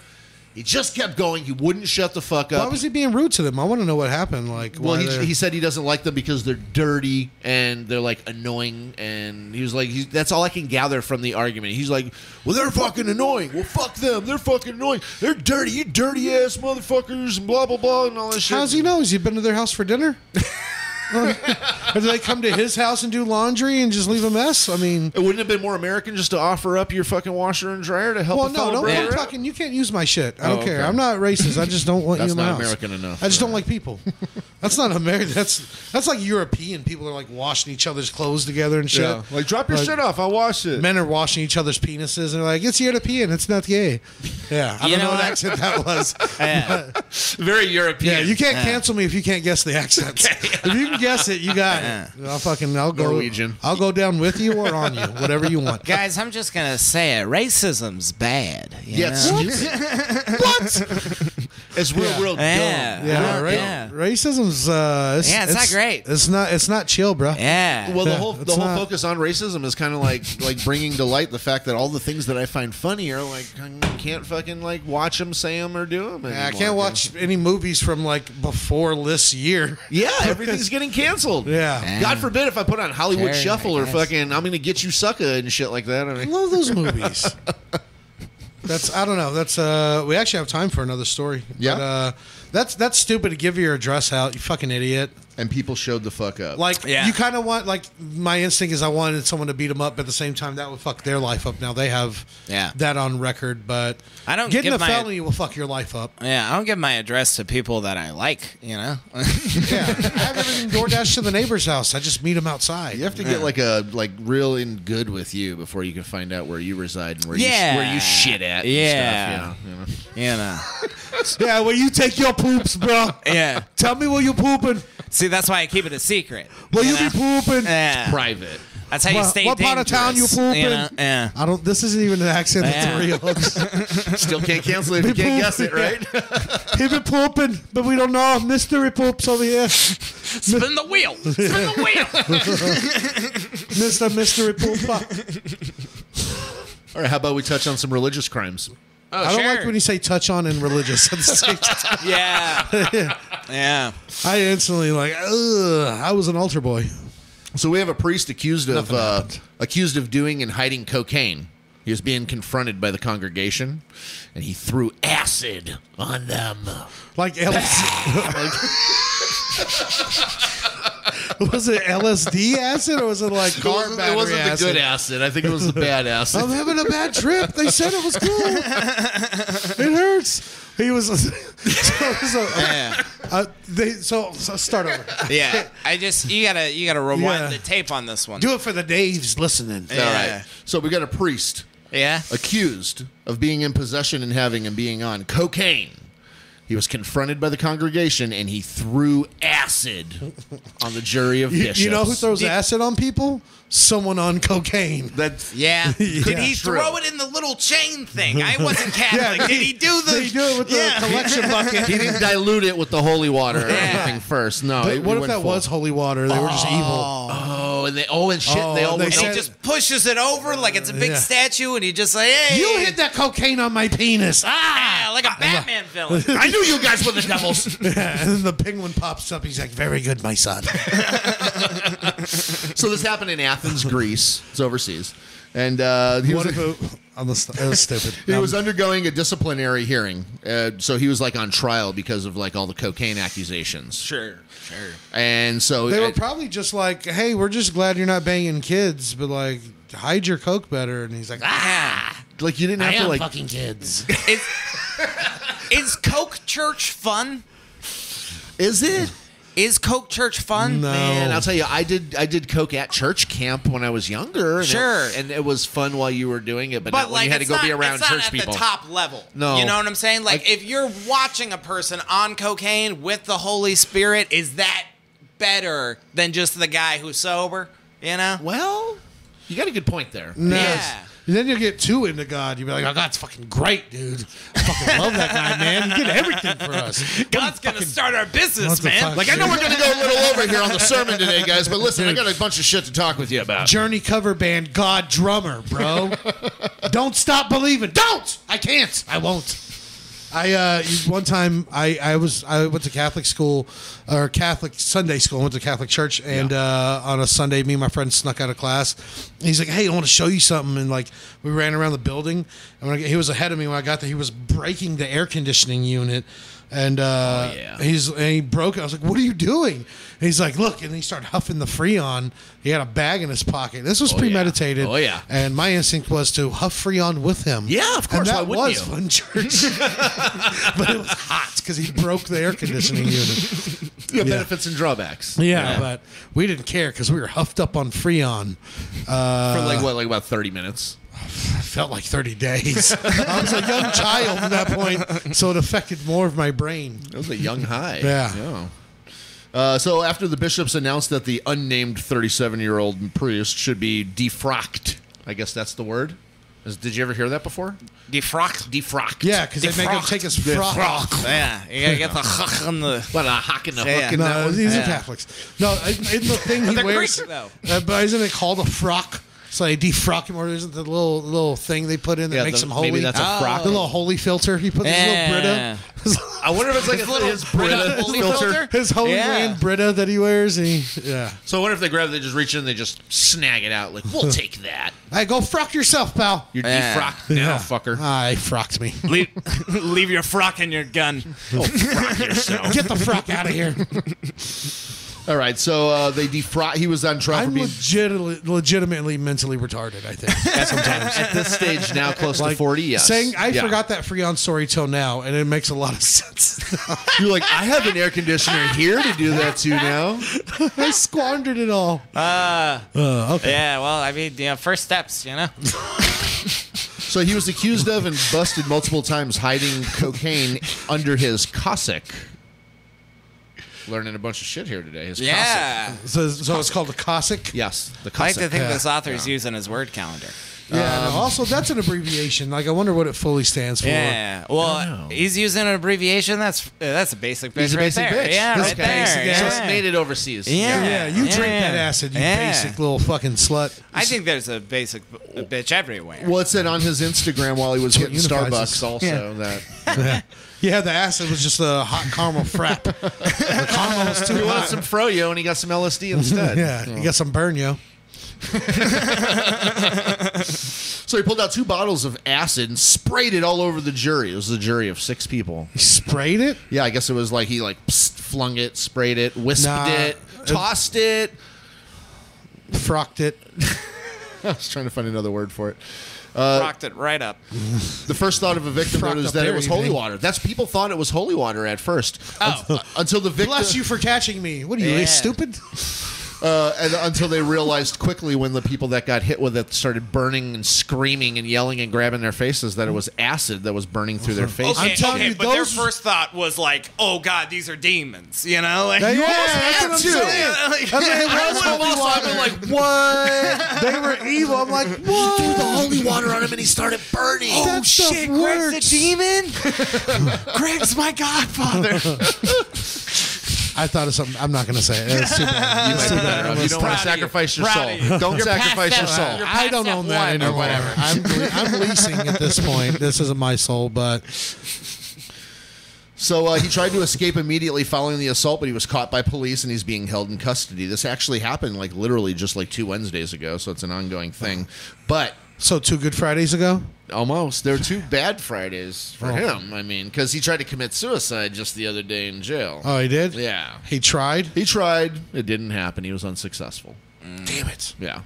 C: He just kept going. He wouldn't shut the fuck
A: Why
C: up.
A: was he being rude to them? I want to know what happened. Like,
C: Well,
A: why
C: he,
A: they're-
C: he said he doesn't like them because they're dirty and they're like annoying. And he was like, he's, that's all I can gather from the argument. He's like, well, they're fucking annoying. Well, fuck them. They're fucking annoying. They're dirty. You dirty ass motherfuckers and blah, blah, blah, and all that shit.
A: How's he know? Has he been to their house for dinner? or do they come to his house and do laundry and just leave a mess? I mean,
C: It wouldn't have been more American just to offer up your fucking washer and dryer to help
A: well,
C: a
A: no,
C: fellow
A: don't
C: brother
A: yeah.
C: out?
A: fucking. You can't use my shit. I don't
C: Oh,
A: care.
C: okay.
A: I'm not racist. I just don't want
C: That's
A: you in my house.
C: not American enough,
A: I just don't
C: yeah.
A: like people. That's not American. That's that's like European people are like washing each other's clothes together and shit.
C: Yeah. Like, drop your
A: Like,
C: shit off. I'll wash it.
A: Men are washing each other's penises and they're like, it's European. It's not gay. Yeah, I
D: You
A: don't know
D: know
A: what
D: what?
A: accent that was.
D: Yeah.
C: Very European.
A: Yeah, you can't cancel me if you can't guess the accent. if you can guess it, you got it. I'll fucking I'll go
C: Norwegian.
A: I'll go down with you or on you, whatever you want.
D: Guys, I'm just gonna say it. Racism's bad. you
C: Yeah, it's
D: know?
C: stupid. It's real,
A: Yeah.
C: real dumb.
D: Yeah.
A: Yeah,
D: Real
A: right.
D: dumb.
A: Racism's uh, it's,
D: Yeah, it's not great.
A: It's not. It's not chill, bro.
D: Yeah.
C: Well, the
A: Yeah,
C: whole the
A: it's
C: whole
A: not-
C: focus on racism is kind of like like bringing to light the fact that all the things that I find funny are like I can't fucking like watch them, say them, or do them.
A: I can't watch any movies from like before this year.
C: Yeah, everything's getting canceled.
A: Yeah.
C: God forbid if I put on Hollywood
D: Sure, I
C: Shuffle or
D: guess.
C: fucking I'm gonna get you sucker and shit like that. I
A: I
C: mean,
A: love those movies. That's I don't know. That's uh we actually have time for another story.
C: Yeah?
A: But, uh that's that's stupid to give your address out, you fucking idiot.
C: and people showed the fuck up.
A: Like
D: Yeah.
A: you kind of want like my instinct is I wanted someone to beat them up, but at the same time that would fuck their life up. Now they have
D: Yeah.
A: that on record, but
D: I don't
A: getting
D: give
A: a
D: my-
A: felony will fuck your life up.
D: yeah, I don't give my address to people that I like, you know?
A: Yeah, I have everything DoorDash to the neighbor's house. I just meet them outside.
C: you have to get like a like real in good with you before you can find out where you reside and where
D: Yeah.
C: you where you shit at. and
D: Yeah.
C: stuff, you know, you know.
D: you know.
A: Yeah, where you take your poops, bro.
D: Yeah.
A: Tell me where you pooping.
D: See, that's why I keep it a secret.
A: Where you,
D: know?
A: be pooping.
D: Yeah.
C: Private.
D: That's how you
A: What-
D: stay
A: what part of town
D: dangerous,
A: you pooping?
D: know? Yeah.
A: I don't. This isn't even an accent that's
D: Yeah.
A: real.
C: Still can't cancel it if you
A: People-
C: can't guess it, right?
A: He been pooping, but we don't know. Mystery poops over here.
D: Spin the wheel. Spin the wheel.
A: Mr. Mystery Pooper.
C: All right, how about we touch on some religious crimes?
D: Oh,
A: I don't
D: sure.
A: like when you say touch on and religious at the same time.
D: Yeah. yeah.
A: I instantly like, ugh, I was an altar boy.
C: So we have a priest accused of
A: Nothing
C: uh,
A: happened.
C: accused of doing and hiding cocaine. He was being confronted by the congregation, and he threw acid on them.
A: Like LSD. was it LSD acid or was it like car
C: it wasn't,
A: battery
C: it wasn't the
A: acid?
C: good acid. I think it was the bad acid.
A: I'm having a bad trip. They said it was cool. it hurts. He was so, so,
D: Yeah.
A: uh, they, so, so start over.
D: Yeah. I just you gotta you gotta rewind
A: Yeah.
D: the tape on this one.
A: Do it for the Daves listening.
C: All
D: Yeah.
C: right. So we got a priest
D: Yeah.
C: accused of being in possession and having and being on cocaine. He was confronted by the congregation, and he threw acid on the jury of
A: You,
C: bishops.
A: you know who throws
D: Yeah.
A: acid on people? Someone on cocaine.
C: That's
D: Yeah. Did he
C: True.
D: throw it in the little chain thing? I wasn't Catholic.
A: Yeah,
D: Did he do the?
A: They do it with the
D: Yeah.
A: collection bucket.
C: He didn't dilute it with the holy water or
D: Yeah.
C: anything first. No.
A: But
C: it-
A: what if
C: it went
A: that
C: full.
A: was holy water? They were just evil.
C: Oh, and they oh and shit.
A: Oh,
C: they all
A: they
D: And
C: went-
A: said-
D: he just pushes it over like it's a big
A: Yeah.
D: statue, and he just like, hey,
A: You hit that cocaine on my penis. Ah!
D: yeah, like a Batman villain.
C: I knew you guys were the devils.
A: and then the penguin pops up. He's like, very good, my son.
C: so this happened in Athens, Greece. It's overseas, and uh, he
A: what
C: was.
A: about. I'm a, st- that was stupid.
C: He was undergoing a disciplinary hearing, uh, so he was like on trial because of like all the cocaine accusations.
D: Sure, sure.
C: And so uh,
A: they
C: I-
A: were probably just like, hey, we're just glad you're not banging kids, but like, hide your coke better. And he's like, ah,
D: Ah,
C: like you didn't have to like
D: is, is Coke Church fun?
C: is it?
D: Is Coke Church fun?
A: no.
C: And I'll tell you, I did I did coke at church camp when I was younger. and it-
D: Sure.
C: and it was fun while you were doing it, but,
D: But
C: not when
D: like,
C: you had to
D: it's
C: go
D: not,
C: be around
D: it's not
C: church
D: at
C: people.
D: the top level.
C: No.
D: you know what I'm saying. Like,
C: Like-
D: if you're watching a person on cocaine with the Holy Spirit, is that better than just the guy who's sober? You know?
C: Well, you got a good point there.
A: No.
D: Yeah.
A: And then you'll get too into God. You'll be like, oh, God's fucking great, dude. I fucking love that guy, man. He did everything for us.
D: God's gonna start our
A: What
D: business,
A: the
D: man.
A: fuck,
D: Like, I
A: dude?
D: know
C: We're gonna go a little over here on the sermon today, guys. But listen, I got a bunch of shit to talk with you about.
A: Journey cover band, God drummer, bro. Don't stop believing. Don't. I can't. I won't. I uh, one time I, I was I went to Catholic school or Catholic Sunday school. I went to Catholic church, and uh, on a Sunday, me and my friend snuck out of class. And he's like, "Hey, I want to show you something." And like we ran around the building, and when I, he was ahead of me when I got there. He was breaking the air conditioning unit, and uh,
C: Oh, yeah.
A: he's and he broke it. I was like, "What are you doing?" And he's like, "Look," and he started huffing the freon. He had a bag in his pocket. This was
C: yeah.
A: premeditated.
C: Oh, yeah.
A: And my instinct was to huff freon with him.
C: Yeah, of
A: And
C: course,
A: that
C: why wouldn't
A: was
C: you?
A: fun church but it was hot because he broke the air conditioning unit.
C: Yeah, benefits and drawbacks.
A: Yeah, but we didn't care because we were huffed up on Freon.
C: For
A: Uh,
C: like what, like about thirty minutes.
A: It felt like 30 days. I was a young child at that point, so it affected more of my brain.
C: That was a young high.
A: Yeah.
C: Uh, so after the bishops announced that the unnamed 37-year-old priest should be defrocked, I guess that's the word. Is- Did you ever hear that before?
D: Defrock.
C: Defrocked.
A: Yeah, because they make him
D: Defrocked.
A: take his frock off.
D: Yeah, you gotta get the huck on the.
C: What a hock and a hook. in that
A: No,
C: one?
A: these are
C: Yeah.
A: Catholics. No, isn't the thing he
D: They're
A: wears?
D: Greek, though.
A: uh, but isn't it called a frock? So they defrock him, or isn't the little little thing they put in that
C: Yeah,
A: makes
C: the-
A: him holy?
C: maybe that's a Oh. frock.
A: The little holy filter he puts
D: Yeah.
A: his little Brita.
C: I wonder if it's like a little his Brita
D: holy
C: filter.
D: filter?
A: His holy
D: Yeah.
A: land Brita that he wears, and he, yeah.
C: So I wonder if they grab, it, they just reach in, they just snag it out. Like we'll take that. Ah.
A: Hey, go frock yourself, pal.
C: You're
D: Yeah.
C: defrocked now, fucker.
A: I Ah, frocked me.
D: Leave, leave your frock and your gun.
A: Get the frock out of here.
C: All right, so uh, they defrock. He was on trial for
A: I'm
C: being
A: legitimately, legitimately mentally retarded. I think.
C: at this stage now close to forty. Yes,
A: Saying I
C: Yeah.
A: forgot that Freon story till now, and it makes a lot of sense.
C: You're like, I have an air conditioner here to do that to now.
A: I squandered it all.
D: Yeah, well, I mean, you know, first steps, you know.
C: So he was accused of and busted multiple times hiding cocaine under his cassock. Learning a bunch of shit here today. His cassock.
D: Yeah,
A: So, so it's called a Cossack.
C: Yes, the
D: I like to
C: cassock.
D: think
A: Yeah.
D: this author's using his word calendar.
A: Yeah, no, also that's an abbreviation. Like I wonder what it fully stands for.
D: Yeah,
C: don't know.
D: well, he's using an abbreviation. That's uh, that's a basic bitch
C: He's a
D: right
C: basic
D: there.
C: bitch.
D: Yeah,
C: He's
D: right
C: a
D: there.
C: basic-
D: yeah.
C: So it's made it overseas.
D: Yeah.
A: Yeah, you drink
D: Yeah.
A: that acid, you
D: Yeah.
A: basic little fucking slut.
D: I think there's a basic b- bitch everywhere.
C: Well, it said on his Instagram while he was
A: That's what
C: hitting
A: unifies
C: Starbucks
A: us.
C: also that
A: Yeah, the acid was just a hot caramel frap. the caramel was too
C: he wanted
A: hot.
C: some froyo and he got some LSD instead.
A: yeah, you got some burn yo.
C: So he pulled out two bottles of acid and sprayed it all over the jury. It was the jury of six people.
A: You sprayed it.
C: Yeah, I guess it was like he like psst, flung it, sprayed it, wisped
A: Nah.
C: it, tossed it.
A: Frocked it.
C: I was trying to find another word for it. uh,
D: Rocked it right up.
C: The first thought of a victim
A: Frocked
C: was
A: up
C: that it
A: there,
C: was
A: you
C: holy
A: think?
C: water. That's people thought it was holy water at first.
D: Oh.
C: Un- uh, until the victim
A: Bless you for catching me. What are you,
D: Yeah.
A: stupid?
C: uh, and until they realized quickly when the people that got hit with it started burning and screaming and yelling and grabbing their faces that it was acid that was burning through their faces.
D: Okay,
A: I'm telling
D: okay,
A: you,
D: but their
A: those-
D: first thought was like, "Oh God, these are demons," you know. Like,
A: Yeah,
D: you almost
A: that's what
D: had
A: I'm
D: to.
A: saying.
D: Like,
A: That's what it
D: I
A: was,
D: would have
A: holy
D: also
A: water.
D: been like,
A: What? they were evil. I'm like, what?
C: the holy water on him and he started burning.
D: "Oh
A: That stuff
D: shit, Greg's
A: works.
D: a demon. Greg's my godfather."
A: I thought of something. I'm not going to say it. It's too bad.
C: You might
A: It's too
C: be
A: bad.
C: better
A: I'm
C: off.
A: a-
C: You don't want
D: Proud of
C: to
D: you.
C: sacrifice your
D: Proud
C: soul.
D: of you.
C: Don't
D: You're past
C: sacrifice your
D: that-
C: soul.
D: you're
A: I don't own
D: past one
A: that anymore.
D: Or whatever.
A: I'm, I'm leasing at this point. This isn't my soul, but
C: So uh, he tried to escape immediately following the assault, but he was caught by police and he's being held in custody. This actually happened like literally just like two Wednesdays ago, so it's an ongoing thing. But
A: so two Good Fridays ago.
C: almost there were two bad Fridays for
A: Oh.
C: him. I mean, because he tried to commit suicide just the other day in jail.
A: Oh, he did.
C: Yeah,
A: He tried.
C: he tried. It didn't happen. He was unsuccessful.
A: Damn it!
C: Yeah,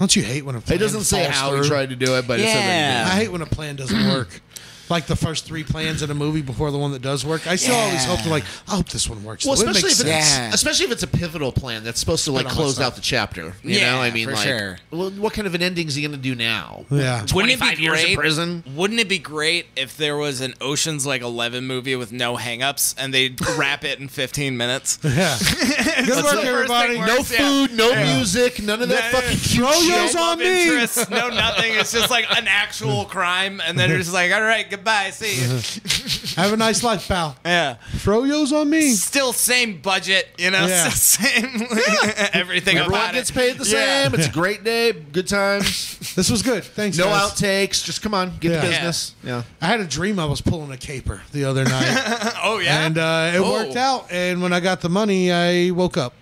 A: Don't you hate when a plan
C: Mm. it doesn't say
A: falls
C: how
A: through?
C: he tried Mm. to do it, but it said that he did.
D: Yeah.
A: I hate when a plan doesn't work. Like the first three plans in a movie before the one that does work. I still always hope to like. I hope this one works.
C: Well,
A: It
C: especially
A: makes
C: if,
A: sense.
C: it's,
D: sense. Yeah.
C: especially if it's a pivotal plan that's supposed to like
A: But almost
C: close
A: not.
C: out the chapter. You
D: Yeah,
C: know, I mean,
D: for
C: like,
D: sure.
C: well, what kind of an ending is he going to do now?
A: Yeah.
D: Wouldn't it
C: 25
D: be
C: years in
D: great?
C: prison?
D: Wouldn't it be great if there was an Ocean's like Eleven movie with no hangups and they would wrap it in fifteen minutes?
A: Yeah. Good work,
D: thing
A: everybody.
D: works.
C: No
D: Yeah.
C: food, no music, none of that
D: Yeah.
C: fucking cute
A: Throw
C: shit.
A: yours on
D: love
A: me.
D: interests, no nothing. It's just like an actual
C: Mm.
D: crime, and then you're just like, all right, goodbye, see you.
C: Mm-hmm.
A: Have a nice life, pal.
D: Yeah.
A: Throw yo's on me.
D: Still same budget, you know,
A: Yeah.
D: still same everything
C: Everyone
D: about
C: gets
D: it.
C: paid the
D: Yeah.
C: same. It's a great day, good times,
A: This was good. Thanks.
C: no
A: guys.
C: outtakes. Just come on, get
A: Yeah.
C: to business. Yeah.
A: I had a dream I was pulling a caper the other night,
D: Oh yeah.
A: and uh, it
D: Oh.
A: worked out. And when I got the money, I woke up.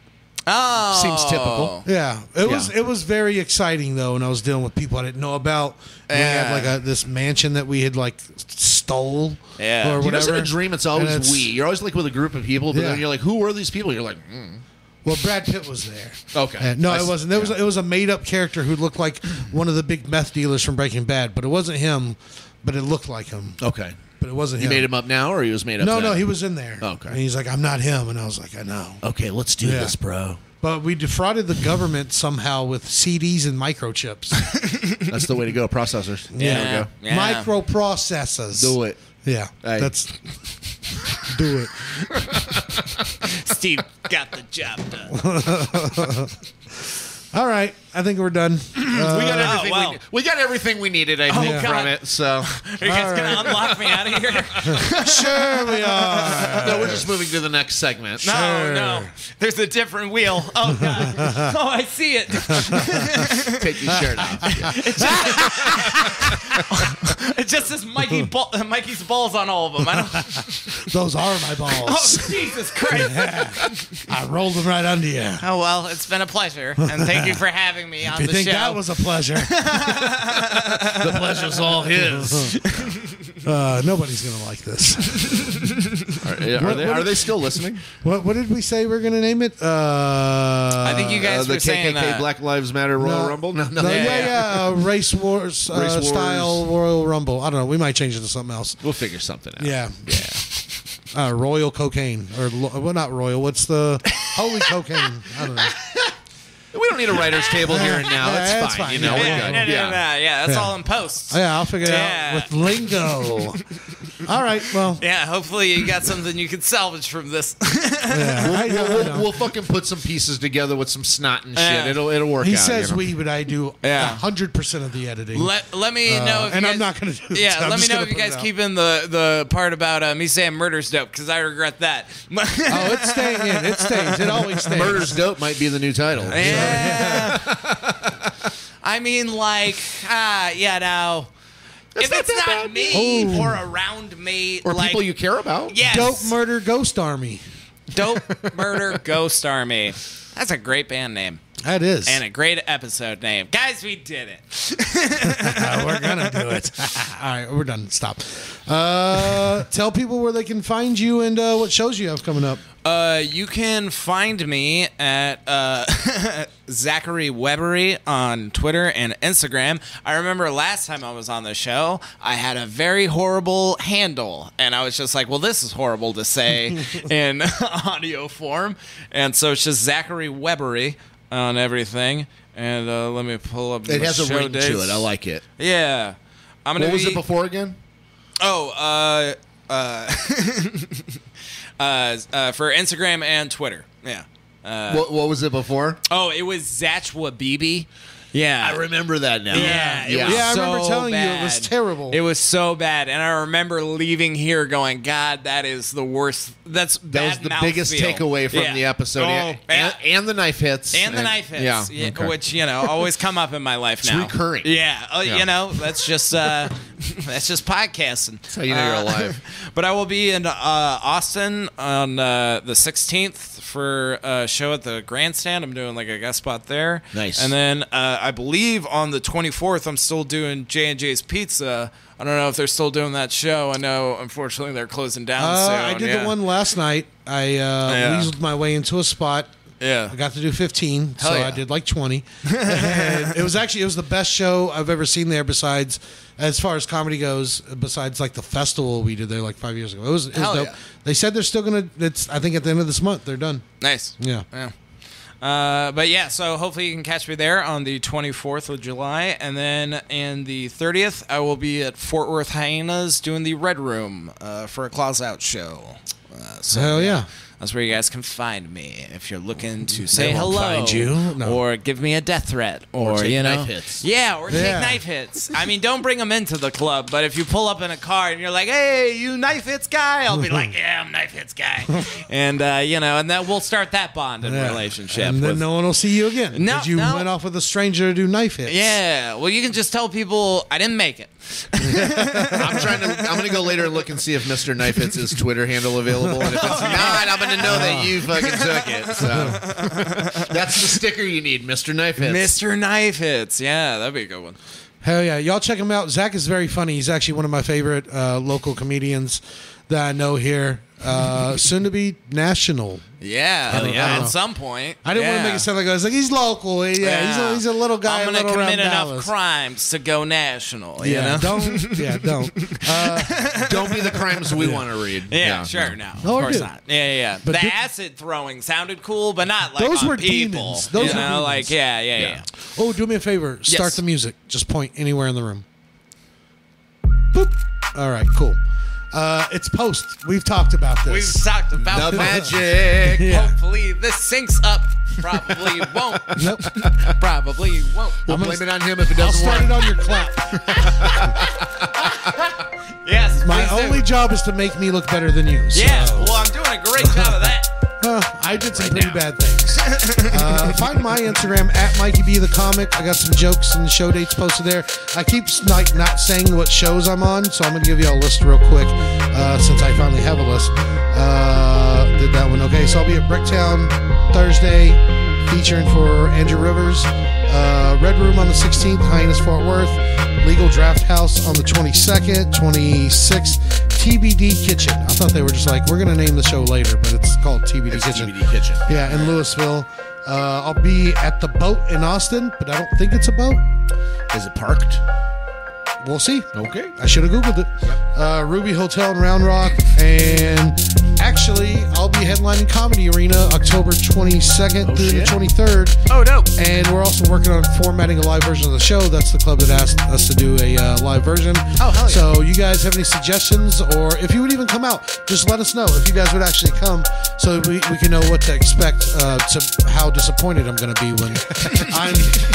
D: oh.
C: Seems typical.
A: Yeah, it was it was very exciting though, and I was dealing with people I didn't know about. We had
D: Yeah.
A: like a, this mansion that we had like stole,
D: Yeah.
A: or
D: You
C: You know, it's
A: whatever.
C: in a dream, it's always
A: And it's-
C: we. You're always like with a group of people, but
A: Yeah.
C: then you're like, who were these people? You're like, mm.
A: Well, Brad Pitt was there.
C: Oh, Okay.
A: And- no,
C: I
A: it
C: s-
A: wasn't. There was it was a made up character who looked like one of the big meth dealers from Breaking Bad, but it wasn't him. But it looked like him.
C: okay.
A: But it wasn't
C: You
A: him.
C: made him up now, or he was made up?
A: No,
C: then?
A: no, he was in there.
C: Okay.
A: And he's like, I'm not him, and I was like, I know.
C: Okay, let's do
A: Yeah.
C: this, bro.
A: But we defrauded the government somehow with CDs and microchips,
C: That's the way to go. Processors.
D: Yeah.
C: There we go.
D: Yeah.
A: microprocessors.
C: it.
A: Yeah,
C: Hey.
A: that's do it.
D: Steve got the job done.
A: All right, I think we're done. Uh,
C: we got everything.
D: wow.
C: we, we got everything we needed.
A: Oh,
C: I think from
D: God.
C: it. So
D: Are you guys gonna unlock me out of here?
A: sure,
C: Oh,
A: we are.
C: uh, no, we're just moving to the next segment.
D: No,
A: Sure.
D: Oh, no. There's a different wheel. Oh god. oh, I see it.
C: Take your shirt off.
D: It just says Mikey ball, Mikey's balls on all of them. I don't,
A: Those are my balls.
D: oh, Jesus Christ.
C: Oh.
A: I rolled them right under you. If
D: Oh well, it's been a pleasure, and thank you for having me on
A: you
D: the
A: think
D: show.
A: that was a pleasure?
C: The pleasure's all his.
A: Uh, nobody's gonna like this.
C: Are, are they, are they still listening?
A: What, what did we say we're gonna name it? Uh, I
D: I
A: uh,
D: think you guys
C: Uh, the
D: were saying
C: KKK
D: that.
C: Black Lives Matter Royal
D: Uh,
A: No.
C: Rumble? No, no,
A: No, yeah,
C: yeah,
A: yeah, uh, race wars, uh,
C: Race wars.
A: style Royal Rumble. I don't know. We might change it to something else.
C: We'll figure something out.
A: Yeah, Uh, royal cocaine or lo- well, not royal. What's the holy cocaine? I don't know.
C: We don't need a writer's table here and now.
A: Yeah,
C: It's
A: it's
C: fine.
A: fine.
C: You know,
A: Yeah,
C: we're
D: yeah,
C: good.
D: no, no,
C: yeah.
D: no, no, yeah, that's
A: Yeah.
D: all in post.
A: Yeah, I'll figure it
D: Yeah.
A: out with lingo. All right, well,
D: Yeah, hopefully you got something you can salvage from this.
A: yeah, I- I
C: We'll,
A: know.
C: we'll, we'll fucking put some pieces together with some snot and shit.
D: Yeah.
C: It'll it'll work.
A: he
C: out,
A: says
C: you know?
A: we, but I do
E: Yeah.
A: hundred percent of the editing.
D: let, let me
A: Uh,
D: know if you
A: and I'm
D: guys-
A: not gonna do this.
D: Yeah,
A: I'm
D: let me
A: just
D: know
A: gonna
D: if you
A: put it
D: guys
A: out.
D: keep in the the part about uh, me saying murder's dope because I regret that.
A: Oh, it's staying in. It stays. It always stays.
C: Murder's Dope might be the new title.
D: yeah. I mean, like, ah, yeah, no. if
C: not
D: it's
C: that
D: not
C: bad.
D: me
A: Oh.
D: or around me,
C: Or
D: like,
C: people you care about.
D: yes,
A: Dope murder ghost army.
D: dope murder ghost army. That's a great band name
A: That is.
D: and a great episode name, guys. We did it.
A: Uh, we're gonna do it. All right, we're done. Stop. Uh, tell people where they can find you and uh, what shows you have coming up.
D: Uh, you can find me at uh, Zachary Webbery on Twitter and Instagram. I remember last time I was on the show, I had a very horrible handle, and I was just like, "Well, this is horrible to say in audio form," and so it's just Zachary Webbery on everything. And uh, let me pull up.
C: It
D: the
C: has a
D: show
C: ring
D: dates.
C: to it. I like it.
D: Yeah, I'm gonna.
C: What was
D: be-
C: it before again?
D: Oh, uh, uh, uh, uh, for Instagram and Twitter. Yeah.
C: what, what was it before?
D: Oh, it was Zachwa Bibi. Yeah.
C: I remember that now.
D: yeah, it
C: yeah.
D: was
A: Yeah, I
D: so
A: remember telling you it was
D: bad.
A: terrible.
D: It was so bad, and I remember leaving here going, "God, that is the worst. That's
C: That was the biggest takeaway from the episode,
D: Oh,
C: and,
D: yeah.
C: and, the knife hits,
D: and the knife hits,
C: Yeah,
D: yeah,
C: okay.
D: which you know always come up in my life now.
C: recurring.
D: Yeah, uh,
C: Yeah.
D: you know that's just uh, that's just podcasting. That's
C: how you know you're alive.
D: But I will be in uh, Austin on uh, the 16th for a show at the Grandstand. I'm doing like a guest spot there.
C: Nice.
D: And then uh, I believe on the 24th I'm still doing J and J's Pizza. I don't know if they're still doing that show. I know unfortunately they're closing down
A: Uh,
D: soon.
A: I did
D: um, yeah.
A: the one last night. I uh,
D: Yeah.
A: weaseled my way into a spot.
D: Yeah.
A: I got to do 15, so
D: Hell yeah.
A: I did like 20. and it was actually it was the best show I've ever seen there. Besides, as far as comedy goes, besides like the festival we did there like five years ago, it was, it was
D: Hell
A: dope.
D: yeah.
A: They said they're still gonna. It's I think at the end of this month they're done.
D: Nice.
A: Yeah.
D: Yeah. Uh, but yeah, so hopefully you can catch me there on the 24th of July, and then in the 30th, I will be at Fort Worth Hyenas doing the Red Room uh, for a Claws Out show. Uh, so
A: Hell yeah.
D: that's where you guys can find me if you're looking to say
A: won't
D: hello,
A: find you. No.
D: or give me a death threat, or,
C: take
D: you know,
C: knife hits.
D: yeah, or
A: Yeah.
D: take knife hits. I mean, don't bring them into the club, but if you pull up in a car and you're like, "Hey, you knife hits guy," I'll be like, "Yeah, I'm knife hits guy," and uh, you know, and then we'll start that bond in
A: Yeah.
D: relationship.
A: And then
D: with-
A: no one will see you again.
D: No,
A: 'cause you
D: no.
A: went off with a stranger to do knife hits.
D: yeah, well, you can just tell people I didn't make it.
C: I'm trying to. I'm gonna go later and look and see if Mr. Knife hits his Twitter handle available, and if it's not, I'm gonna know that you fucking took it. So that's the sticker you need, Mr. Knife hits.
D: Mr. Knife Hits, yeah, that'd be a good one.
A: Hell yeah. Y'all check him out. Zach is very funny. He's actually one of my favorite uh, local comedians that I know here. Uh, soon to be national.
D: Yeah,
A: yeah.
D: At some point,
A: I didn't
D: yeah.
A: want to make it sound like I was like, he's local. Yeah, He's, a, he's a little guy.
D: I'm
A: going to
D: commit enough
A: Dallas.
D: crimes to go national.
A: Yeah,
D: you know?
A: don't. Yeah, don't. Uh,
C: Don't be the crimes we want to read.
D: Yeah, sure. No,
A: No, I
D: of course
A: do.
D: not. Yeah, yeah. yeah.
A: But
D: the
A: did-
D: acid throwing sounded cool, but not like
A: Those
D: on
A: were
D: people.
A: demons. Those
D: you
A: were
D: know,
A: demons.
D: like yeah, yeah, yeah.
A: oh, do me a favor. Start the music. Just point anywhere in the room. Boop. All right, cool. Uh, it's post. We've talked about this.
D: We've talked about
C: The
D: that.
C: magic.
A: Yeah.
D: Hopefully, this syncs up Probably won't.
A: Nope.
D: Probably won't.
C: We'll
A: I'm gonna
C: blame
A: s-
C: it on him if it
A: I'll
C: doesn't
A: start it
C: work.
A: on your clap.
D: Yes.
A: My
D: please do.
A: only job is to make me look better than you. so-
D: Yeah. Well, I'm doing a great job of that.
A: Uh, I did some pretty bad things. uh, find my Instagram at Mikey B the comic. I got some jokes and show dates posted there. I keep like not saying what shows I'm on, so I'm gonna give you all a list real quick uh, since I finally have a list. Uh, did that one okay? So I'll be at Bricktown Thursday, featuring for Andrew Rivers. Uh, Red Room on the 16th, Hyenas Fort Worth. Legal Draft House on the 22nd, 26th. TBD Kitchen. I thought they were just like, we're going to name the show later, but it's called TBD
C: It's
A: Kitchen.
C: TBD Kitchen.
A: Yeah, in Louisville. Uh, I'll be at the boat in Austin, but I don't think it's a boat.
C: Is it parked?
A: We'll see.
C: Okay.
A: I should have Googled it. Uh, Ruby Hotel in Round Rock. And actually, I'll be headlining Comedy Arena October 22nd
C: Oh,
A: through the
C: shit.
A: 23rd.
D: Oh no.
A: And we're also working on formatting a live version of the show. That's the club that asked us to do a uh, live version.
C: Oh, hell yeah.
A: So, you guys have any suggestions, or if you would even come out, just let us know if you guys would actually come so we, we can know what to expect, uh, to how disappointed I'm going to be when I'm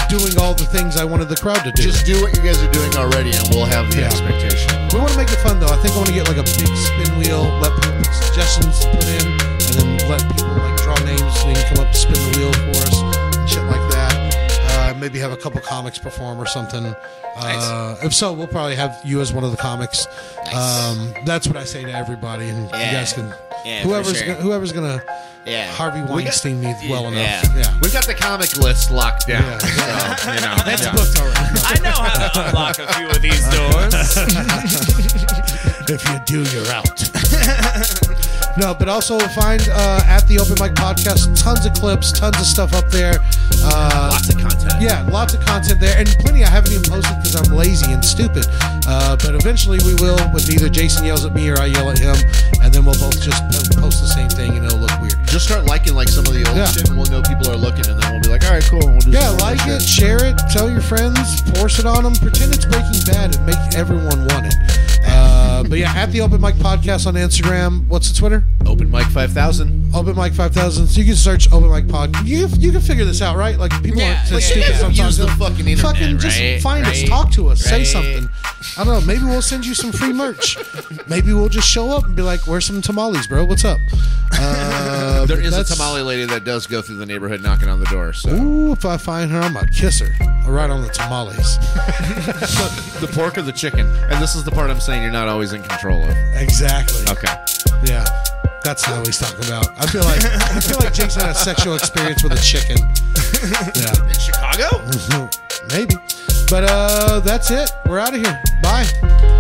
A: doing all the things I wanted the crowd to do.
C: Just do what you guys are doing already, and we'll have the
A: Yeah.
C: expectation.
A: we want to make it fun, though. I think I want to get like a big spin wheel, let people put suggestions to put in, and then let people like draw names and they can come up and spin the wheel for us and shit like that. Uh, maybe have a couple comics perform or something. Uh, If so, we'll probably have you as one of the comics. Um, that's what I say to everybody, and you
D: Yeah.
A: guys can
D: Yeah, for
A: whoever's
D: sure.
A: gonna, whoever's gonna
D: Yeah.
A: Harvey Weinstein me well
D: Yeah.
A: enough. Yeah,
C: We've got the comic list locked down.
A: Yeah.
C: So, you know,
A: that's
C: yeah.
A: booked already.
D: I know how to unlock a few of these doors.
A: If you do, you're out. no, but also find uh, at the Open Mic Podcast tons of clips, tons of stuff up there. Uh,
C: Lots of content.
A: yeah, lots of content there, and plenty I haven't even posted because I'm lazy and stupid. Uh, but eventually we will, with either Jason yells at me or I yell at him, and then we'll both just po- post the same thing and it'll look weird.
C: Just start liking like some of the old
A: Yeah.
C: shit, and we'll know people are looking, and then we'll be like, all right, cool. We'll do
A: Yeah,
C: some more
A: like it,
C: shit.
A: share it, tell your friends, force it on them. Pretend it's Breaking Bad and make everyone want it. Uh, but yeah, at the Open Mic Podcast on Instagram. What's the Twitter?
C: Open mic five thousand.
A: Open Mic 5000. So you can search Open Mic Pod. You, you can figure this out, right? Like, people
D: Yeah,
A: aren't so
D: yeah,
A: stupid
D: yeah.
A: sometimes.
C: Use the
A: They'll
C: fucking internet,
A: Fucking just
C: right?
A: find us,
C: Right?
A: talk to us, say
D: Right.
A: something. I don't know. Maybe we'll send you some free merch. maybe we'll just show up and be like, where's some tamales, bro? What's up? Uh,
C: There
A: but
C: is a
A: that's-
C: tamale lady that does go through the neighborhood knocking on the door. So
A: Ooh, if I find her, I'm going to kiss her right on the tamales.
C: the pork or the chicken, and this is the part I'm saying you're not always in control of.
A: Exactly.
C: Okay.
A: Yeah, that's not what he's talking about. I feel like I feel like Jake's had a sexual experience with a chicken. Yeah, Mm-hmm.
D: Chicago?
A: maybe. But uh, that's it. We're out of here. Bye.